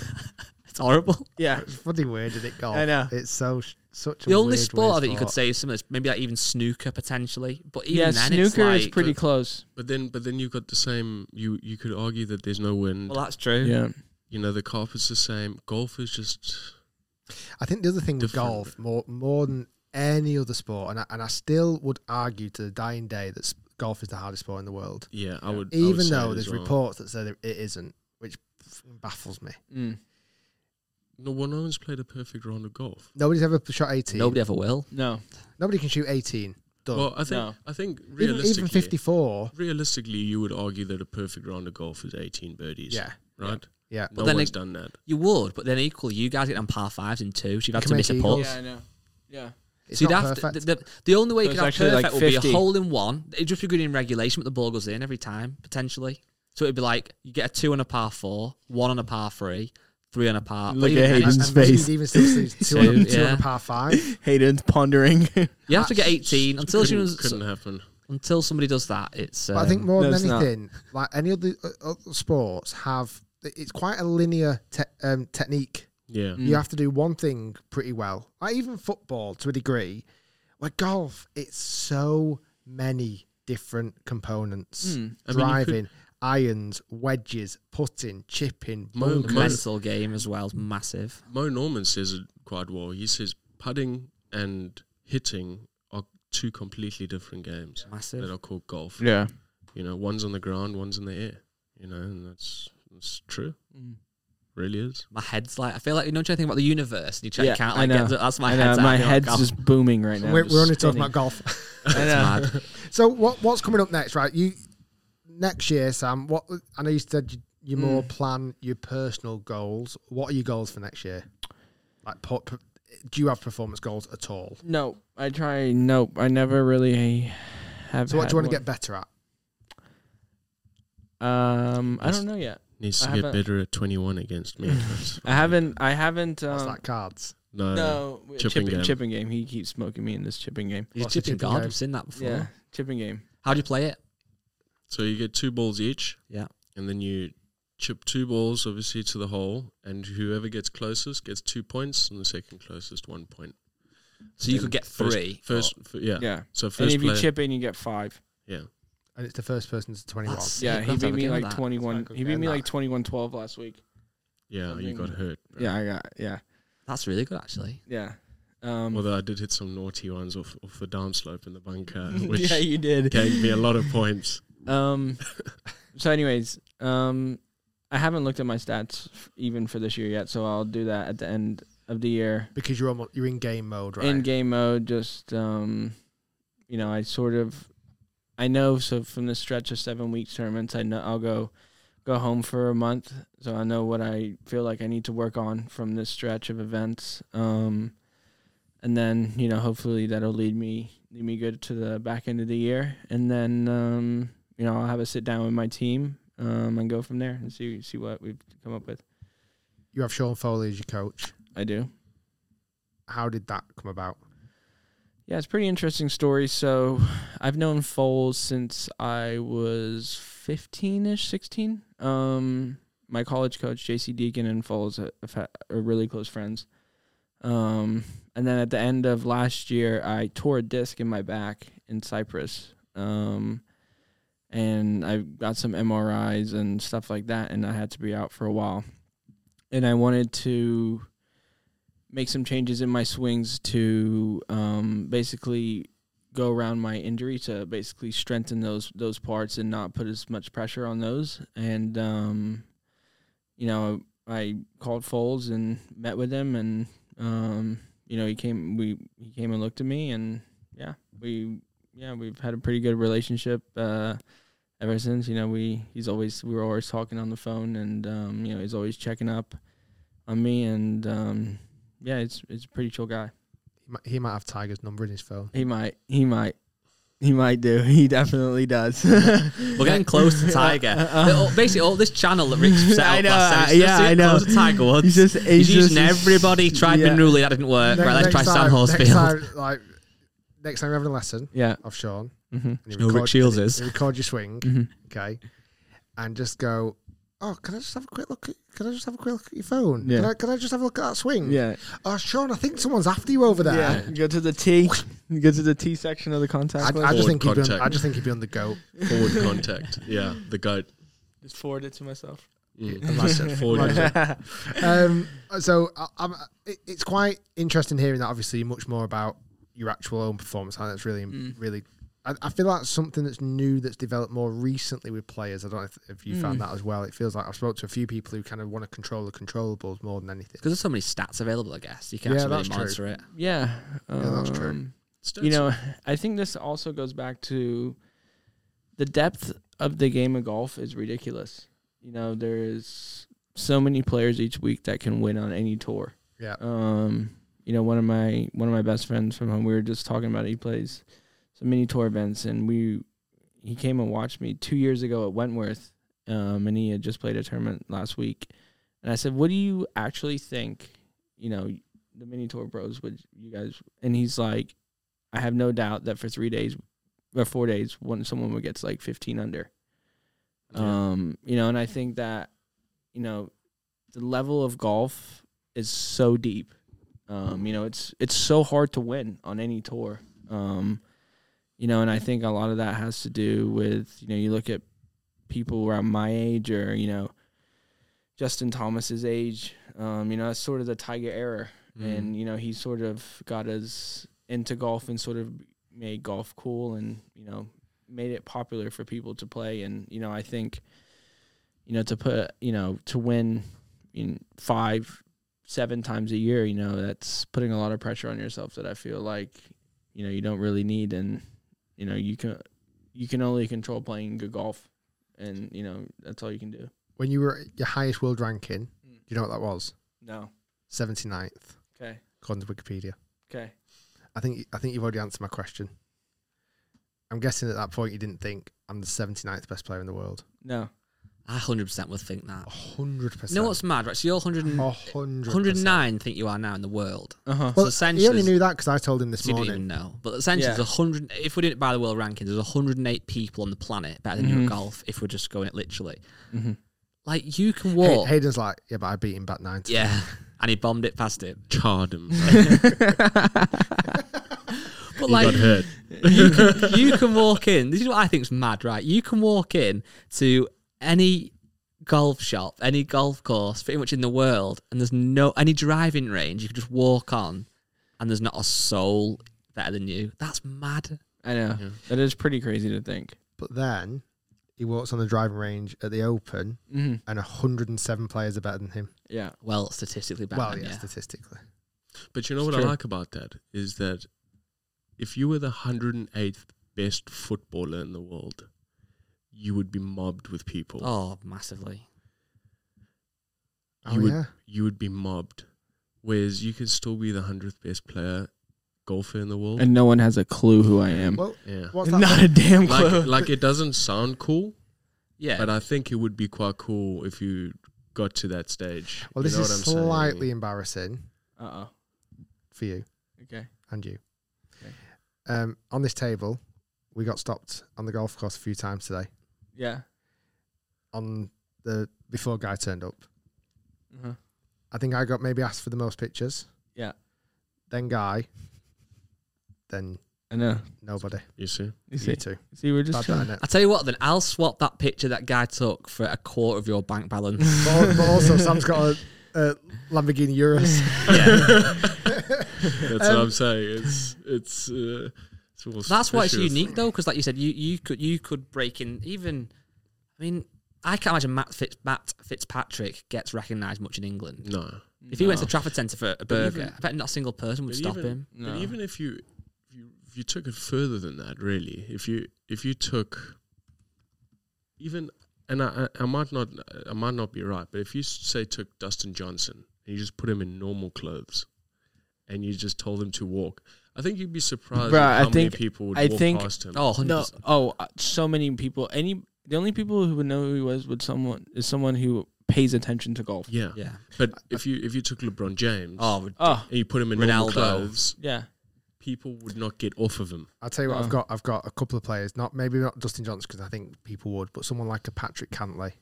C: It's horrible.
E: Yeah.
B: It's bloody weird, isn't it? Golf.
E: I know.
B: It's so sh- such.
C: The
B: a
C: only
B: weird,
C: sport
B: weird
C: that you could
B: sport.
C: say is similar is maybe like even snooker potentially, but even
E: Yeah,
C: then it's
E: snooker
C: like,
E: is pretty close.
D: But then, but then you've got the same. You you could argue that there's no wind.
C: Well, that's true.
E: Yeah.
D: you know, the carpet's the same. Golf is just.
B: I think the other thing with
D: Different.
B: golf, more more than any other sport, and I, and I still would argue to the dying day that s- golf is the hardest sport in the world,
D: Yeah, I would. I would
B: even
D: say it
B: though
D: as
B: there's
D: well.
B: reports that say that it isn't, which f- baffles me.
E: Mm.
D: No, well, no one's played a perfect round of golf.
B: Nobody's ever shot 18.
C: Nobody ever will.
E: No.
B: Nobody can shoot 18. Done.
D: Well, I think
E: No.
D: I think
B: even,
D: realistically,
B: even 54.
D: realistically, you would argue that a perfect round of golf is 18 birdies.
B: Yeah.
D: right.
B: Yeah.
D: No
C: then
D: one's
C: it-
D: done that.
C: You would, but then equally, you guys get on par fives and two, so you've had
B: Can
C: to
B: make
C: miss a putt.
B: eagles.
E: I know. Yeah.
B: It's
C: so you'd
B: not
C: have to,
B: perfect.
C: the, the, the only way you
E: So
C: could
E: it's
C: have
E: actually, like,
C: perfect would be
E: 50.
C: a hole in one. It'd just be good in regulation, but the ball goes in every time, potentially. So it'd be like you get a two on a par four, one on a par three, three on a par.
E: Look
C: or even-
E: at
B: And-
E: Hayden's
B: and Muskie's
E: face.
B: even still sees two, on a,
C: Two,
B: two on
C: yeah.
B: a par five.
E: Hayden's pondering.
C: You have to get 18 until
D: couldn't,
C: you
D: couldn't happen.
C: until somebody does that. It's um,
B: But I think more
E: No,
B: than
E: it's not.
B: anything, like any other, uh, other sports have, it's quite a linear te- um, technique
D: Yeah.
B: You have to do one thing pretty well. Like even football to a degree. Like golf, it's so many different components.
D: I mean, you
B: Driving, irons, wedges, putting, chipping,
D: Mo-
C: The
B: bunkers.
D: Mo-
C: mental game as well is massive.
D: Mo Norman says it quite well. He says putting and hitting are two completely different games
C: Massive.
D: that are called golf.
F: Yeah.
D: You know, one's on the ground, one's in the air. You know, and that's that's true.
E: Mm.
D: Really is.
C: My head's like I feel like you know what you think about the universe and you try,
E: Yeah,
C: can't
E: I
C: like get
E: know.
C: to- that's my
E: I know,
C: head's
E: My
C: out.
E: head's
C: God,
E: just booming right now.
B: we're,
E: just
B: we're only talking
E: spinning.
B: about golf.
E: I know.
C: mad.
B: so what what's coming up next, right? You next year, Sam. What I know you said you, you
C: Hmm.
B: more plan your personal goals. What are your goals for next year? Like, put, do you have performance goals at all?
E: No, I try. Nope, I never really have.
B: So what do
E: had
B: you want to get
E: one.
B: better at?
E: Um, I don't know yet.
D: Needs
E: I
D: to get
E: haven't-
D: better at twenty one against me. That's
E: I haven't. I haven't. Um,
B: What's that? Cards.
D: no,
E: no,
D: chipping
E: Uh, chipping chipping
D: game.
E: game. He keeps smoking me in this chipping game.
C: You're
B: Lots of
C: chipping
B: chipping
C: God,
B: game.
C: I've seen that before.
E: Yeah, chipping game.
C: How do you play it?
D: So you get two balls each
C: Yeah.
D: and then you chip two balls obviously to the hole and whoever gets closest gets two points and the second closest one point.
C: So you
D: Then
C: could get
D: first-
C: three.
D: First, f- yeah.
E: Yeah.
D: So first
E: and if
D: player,
E: you chip in, you get five.
D: yeah.
B: And it's the first person to twenty one.
C: That's-
E: Yeah,
C: you
E: he
C: have to
E: beat
C: have a
E: me
C: game
E: like
C: of that.
E: twenty one.
B: That's not a
E: He
B: good
E: beat
B: game,
E: me like
B: that.
E: 21-12 last week.
D: Yeah, you got
E: Something-
D: hurt.
E: Yeah, I got. Yeah,
C: That's really good actually.
E: yeah. Um,
D: Although I did hit some naughty ones off, off the downslope in the bunker, which
E: yeah, you did.
D: gave me a lot of points.
E: Um, so, anyways, um, I haven't looked at my stats f- even for this year yet, so I'll do that at the end of the year.
B: Because you're almost, you're in game mode, right?
E: In game mode, just um, you know, I sort of, I know. So from the stretch of seven week tournaments, I know I'll go, go home for a month, so I know what I feel like I need to work on from this stretch of events. Um, and then you know, hopefully that'll lead me lead me good to the back end of the year, and then um, you know, I'll have a sit down with my team. Um, and go from there and see see what we've come up with.
B: You have Sean Foley as your coach.
E: I do.
B: How did that come about?
E: Yeah, it's a pretty interesting story. So I've known Foles since I was 15 ish, 16. Um, my college coach, JC Deacon, and Foles ha- have ha- are really close friends. Um, and then at the end of last year, I tore a disc in my back in Cyprus. Um, and I got some MRIs and stuff like that, and I had to be out for a while. And I wanted to make some changes in my swings to um, basically go around my injury to basically strengthen those those parts and not put as much pressure on those. And um, you know, I called Foles and met with him, and um, you know, he came we he came and looked at me, and yeah, we yeah we've had a pretty good relationship. Uh, Ever since, you know, we he's always we were always talking on the phone, and um, you know he's always checking up on me, and um, yeah, it's it's a pretty chill guy.
B: He might, he might have Tiger's number in his phone.
E: He might, he might, he might do. He definitely does.
C: We're getting close to Tiger. All- basically, all this channel that Rick's set up
E: I know,
C: last
E: uh,
C: time, he's
E: yeah,
C: just
E: I know.
C: Close to Tiger Woods.
E: He's just- he's
C: using
E: just-
C: everybody. Tried
E: yeah.
C: Minruli, that didn't work.
B: Ne-
C: right, let's
B: next
C: try Sam
B: time-
C: Horsfield.
B: Next time, like, next time we're having a lesson
E: yeah,
B: of Sean.
E: hmm
B: and you
C: No, Rick
B: record-
C: Shields
B: and you-
C: is.
B: you record your swing,
E: Mhm.
B: okay, and just go. Oh, can I just have a quick look? At, can I just have a quick look at your phone? Can,
E: Yeah.
B: I, can I just have a look at that swing?
E: yeah,
B: Oh, Sean, I think someone's after you over there.
E: yeah. Go to the T, go to the T section of the
B: I,
E: contact list.
B: I
D: Forward
B: just think he'd be on,
D: contact.
B: I just think he'd be on the go.
D: Forward contact. Yeah, the goat.
E: just forward it to myself.
D: Mm. Forward contact.
B: Um, so I, I'm, it, it's quite interesting hearing that. Obviously, much more about your actual own performance. And that's really, really. I, I feel that's something that's new that's developed more recently with players. I don't know if, if you found that as well. It feels like I've spoke to a few people who kind of want to control the controllables more than anything.
C: Because there's so many stats available, I guess you can
B: Yeah,
C: actually really
B: that's true.
C: monitor it.
E: Yeah,
B: Yeah, that's true.
E: um, You know, I think this also goes back to the depth of the game of golf is ridiculous. You know, there is so many players each week that can win on any tour.
B: Yeah.
E: Um, you know, one of my one of my best friends from home, we were just talking about it. he plays some mini tour events and we he came and watched me two years ago at Wentworth, um, and he had just played a tournament last week. And I said, What do you actually think, you know, the mini tour bros would you guys and he's like, I have no doubt that for three days or four days when someone would get to like fifteen under. Um, you know, and I think that, you know, the level of golf is so deep. Um, you know, it's it's so hard to win on any tour. Um, you know, and I think a lot of that has to do with you know you look at people around my age or you know Justin Thomas's age. Um, you know, that's sort of the Tiger era,
D: Mm-hmm. Mm.
E: and you know he sort of got us into golf and sort of made golf cool and you know made it popular for people to play. And you know, I think you know to put you know to win in five seven times a year you know that's putting a lot of pressure on yourself that i feel like you know you don't really need and you know you can you can only control playing good golf and you know that's all you can do
B: When you were at your highest world ranking, do you know what that was?
E: no
B: 79th,
E: okay
B: according to Wikipedia.
E: okay
B: I think I think you've already answered my question. I'm guessing at that point you didn't think I'm the 79th best player in the world.
E: no
C: I hundred percent would think that.
B: hundred Oh, percent.
C: You know what's mad, right? So you're 100 and,
B: A hundred
C: 109 think you are now in the world.
E: uh-huh
B: Well,
C: So
B: he only
C: essentially-
B: knew that because I told him this
C: So you didn't even
B: morning.
C: know. But essentially,
E: Yeah.
C: there's 100. If we did it by the world rankings, there's 108 people on the planet better than you at golf. If we're just going it literally, like you can
B: Hay-
C: walk.
B: Hayden's like, yeah, but I beat him back nine. times."
C: yeah, and he bombed it past it.
D: Charred him. He
C: But like
D: got hurt.
C: you can, you can walk in. This is what I think's mad, right? You can walk in to any golf shop, any golf course, pretty much in the world, and there's no any driving range. You can just walk on, and there's not a soul better than you. That's mad.
E: i know that is pretty crazy to think
B: But then he walks on the driving range at the Open,
E: Mhm.
B: and 107 players are better than him.
E: yeah
C: Well, statistically better.
B: well, yeah,
C: yeah.
B: statistically.
D: But you know
E: It's
D: what
E: true.
D: I like about that is that if you were the 108th best footballer in the world, you would be mobbed with people.
C: Oh, massively.
B: Oh
D: you would
B: yeah.
D: you would be mobbed. Whereas you could still be the 100th best player golfer in the world.
E: and no one has a clue who i am
B: Well,
D: yeah.
B: what's that?
E: not a damn clue
D: Like, like it doesn't sound cool,
C: Yeah.
D: but I think it would be quite cool if you got to that stage.
B: well,
D: You
B: this
D: know
B: is
D: what I'm saying?
B: slightly embarrassing
E: uh-oh
B: for you
E: okay
B: and you.
E: Okay.
B: Um, on this table, we got stopped on the golf course a few times today.
E: yeah
B: On the before guy turned up,
E: uh-huh.
B: I think I got maybe asked for the most pictures.
E: yeah
B: Then guy. Then
E: i know
B: nobody.
D: You see?
E: you see
B: You two.
E: see we're just
B: Bad that,
E: trying
B: innit?
C: I tell you what, then I'll swap that picture that guy took for a quarter of your bank balance.
B: But, al- but also, Sam's got a, a Lamborghini Urus.
D: That's what I'm saying. It's it's uh, it's all
C: Um, That's why it's
D: suspicious.
C: unique though, because like you said, you, you could you could break in even. I mean, I can't imagine Matt, Fitz, Matt Fitzpatrick gets recognised much in England.
D: No.
C: If he went to Trafford Centre for a burger,
D: even-
C: I bet not a single person would
D: But
C: stop
D: even,
C: him.
D: But
E: No.
D: even if you, if you if you took it further than that, really, if you if you took even and I, I I might not I might not be right, but if you s- say took Dustin Johnson and you just put him in normal clothes, and you just told him to walk, I think you'd be surprised
E: Bruh,
D: at
E: I
D: how many
E: think-
D: people would
E: I
D: walk
E: think-
D: past him.
C: Oh, 100
E: No,
C: percent.
E: oh, uh, so many people. Any the only people who would know who he was would someone is someone who pays attention to golf.
D: yeah,
C: Yeah.
D: But if you if you took LeBron James
C: Oh,
E: Oh,
D: and you put him in normal
C: Ronaldo.
D: clothes,
E: yeah.
D: people would not get off of him.
B: I'll tell you what, I've
E: Oh.
B: got I've got a couple of players, not maybe not Dustin Johnson because I think people would, but someone like a Patrick Cantley,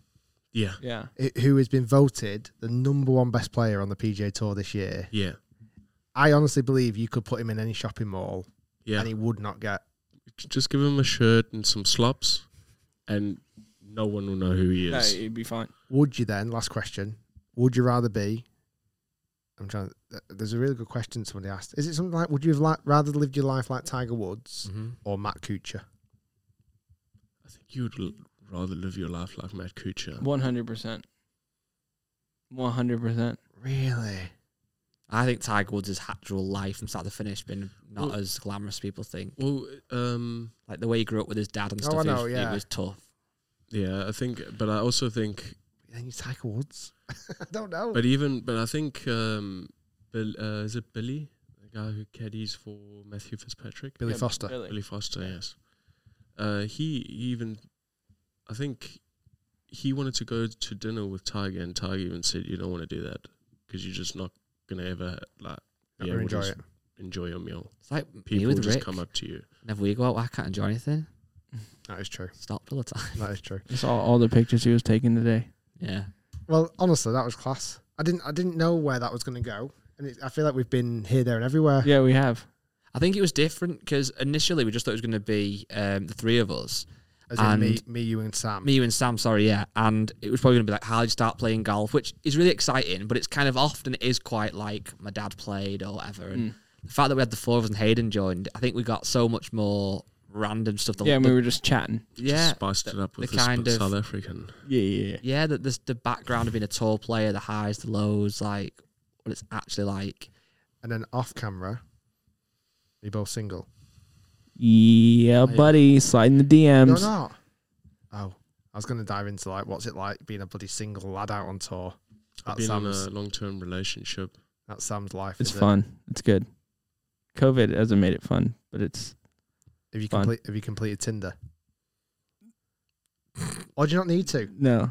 D: Yeah,
E: Yeah.
B: i- who has been voted the number one best player on the PGA Tour this year.
D: yeah,
B: I honestly believe you could put him in any shopping mall
D: yeah.
B: and he would not get.
D: just give him a shirt and some slops, and no one will know who he
E: No,
D: is.
E: it'd be fine.
B: Would you then? Last question. Would you rather be? I'm trying. th- There's a really good question somebody asked. Is it something like, would you have li- rather lived your life like Tiger Woods or Matt Kuchar?
D: I think you would l- rather live your life like Matt Kuchar.
E: One hundred percent. One hundred percent.
B: Really?
C: I think Tiger Woods' actual life from start to finish been not
D: Well-
C: as glamorous as people think.
D: Well, um,
C: Like the way he grew up with his dad and
B: Oh,
C: stuff,
B: I
C: it was-
B: know,
C: it,
B: yeah.
C: was tough.
D: yeah, I think, but I also think,
B: Then you Tiger Woods. I don't know.
D: but even, but I think, um, Bill, uh, is it Billy, the guy who caddies for Matthew Fitzpatrick?
B: Billy Foster.
D: Billy Foster, yes. Uh, he even, I think, he wanted to go to dinner with Tiger, and Tiger even said, "You don't want to do that because you're just not gonna ever like be
B: Never
D: able to
B: enjoy
D: s-
B: it.
D: enjoy your meal."
C: It's like me
D: people
C: with
D: just
C: Rick.
D: come up to you.
C: Whenever we go out, I can't enjoy anything.
B: That is true.
C: Stopped all the time.
B: That is true.
E: It's all, all the pictures he was taking today.
C: Yeah.
B: Well, honestly, that was class. I- I didn't I didn't know where that was going to go, and it, I feel like we've been here, there, and everywhere.
E: Yeah, we have.
C: I think it was different because initially we just thought it was going to be um, the three of us.
B: As in me,
C: And-
B: me, you, and Sam.
C: me, you, and Sam. Sorry, yeah, and it was probably going to be like how did you start playing golf, which is really exciting, but it's kind of often it is quite like my dad played or whatever. And the fact that we had the four of us and Hayden joined, I think we got so much more random stuff. The,
E: Yeah, and we
C: the-
E: were just chatting.
C: yeah,
D: Just spiced it up
C: the
D: with the,
C: kind of-
D: South African.
E: Yeah, yeah,
C: yeah, the, the the background of being a tour player, the highs, the lows, like what it's actually like.
B: and then off camera, we both
E: Oh,
B: single.
E: yeah, buddy. Sliding the
B: No,
E: DMs.
B: not. Oh, I was going to dive into like what's it like being a bloody single lad out on tour.
D: I've
B: That's
D: been in a
B: Sam's.
D: long-term relationship.
B: That's Sam's life.
E: It's
B: is it?
E: fun. It's good. COVID hasn't made it fun, but it's
B: Have you
E: fun.
B: complete? Have you completed Tinder? or do you not need to?
E: no.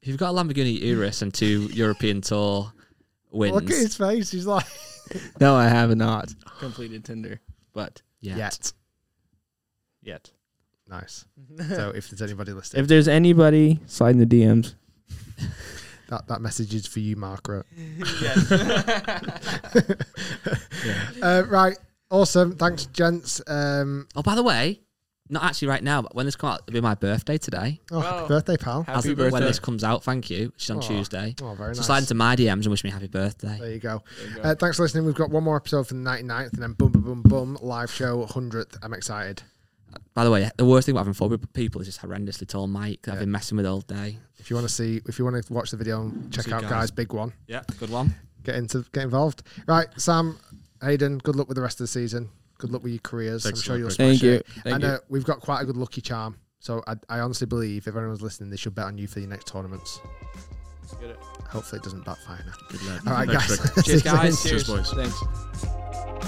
C: If you've got a Lamborghini Urus and two European Tour wins,
B: Look at his face. He's like,
E: No, I have not completed Tinder, but
C: yet.
B: yet.
E: yet.
B: Nice. So if there's anybody listening,
E: If there's anybody, slide in the DMs.
B: that, that message is for you, Margaret. uh, right. Awesome. Thanks, gents. Um,
C: Oh, by the way, not actually right now, but when this comes out, it'll be my birthday today.
B: oh, happy birthday, pal.
E: Happy
C: As-
E: birthday.
C: When this comes out, thank you. She's on
B: Aw.
C: Tuesday.
B: Oh, very
C: so
B: nice.
C: slide into my DMs and wish me happy birthday.
B: There you go. Uh, thanks for listening. We've got one more episode for the 99th, and then boom, boom, boom, boom, live show 100th. I'm excited.
C: By the way, the worst thing about having four people is this horrendously tall mic that I've been messing with all day.
B: If you want to see, if you want to watch the video, and check
C: See
B: out
C: guys.
B: guys, big one.
C: Yeah, good one.
B: Get into, get involved. Right, Sam, Hayden. Good luck with the rest of the season. Good luck with your careers.
D: Thanks
B: I'm
D: a
B: sure
D: lot,
B: you'll
D: Chris.
B: smash
E: Thank you.
B: it.
E: Thank
B: and
E: you.
B: Uh, we've got quite a good lucky charm. So I, I honestly believe if anyone's listening, they should bet on you for your next tournaments. Hopefully, it doesn't backfire. Now.
D: Good lad.
B: All right,
D: Thanks, Rick.
B: guys. See you
C: Cheers, guys.
B: soon.
D: Cheers, boys.
E: Thanks.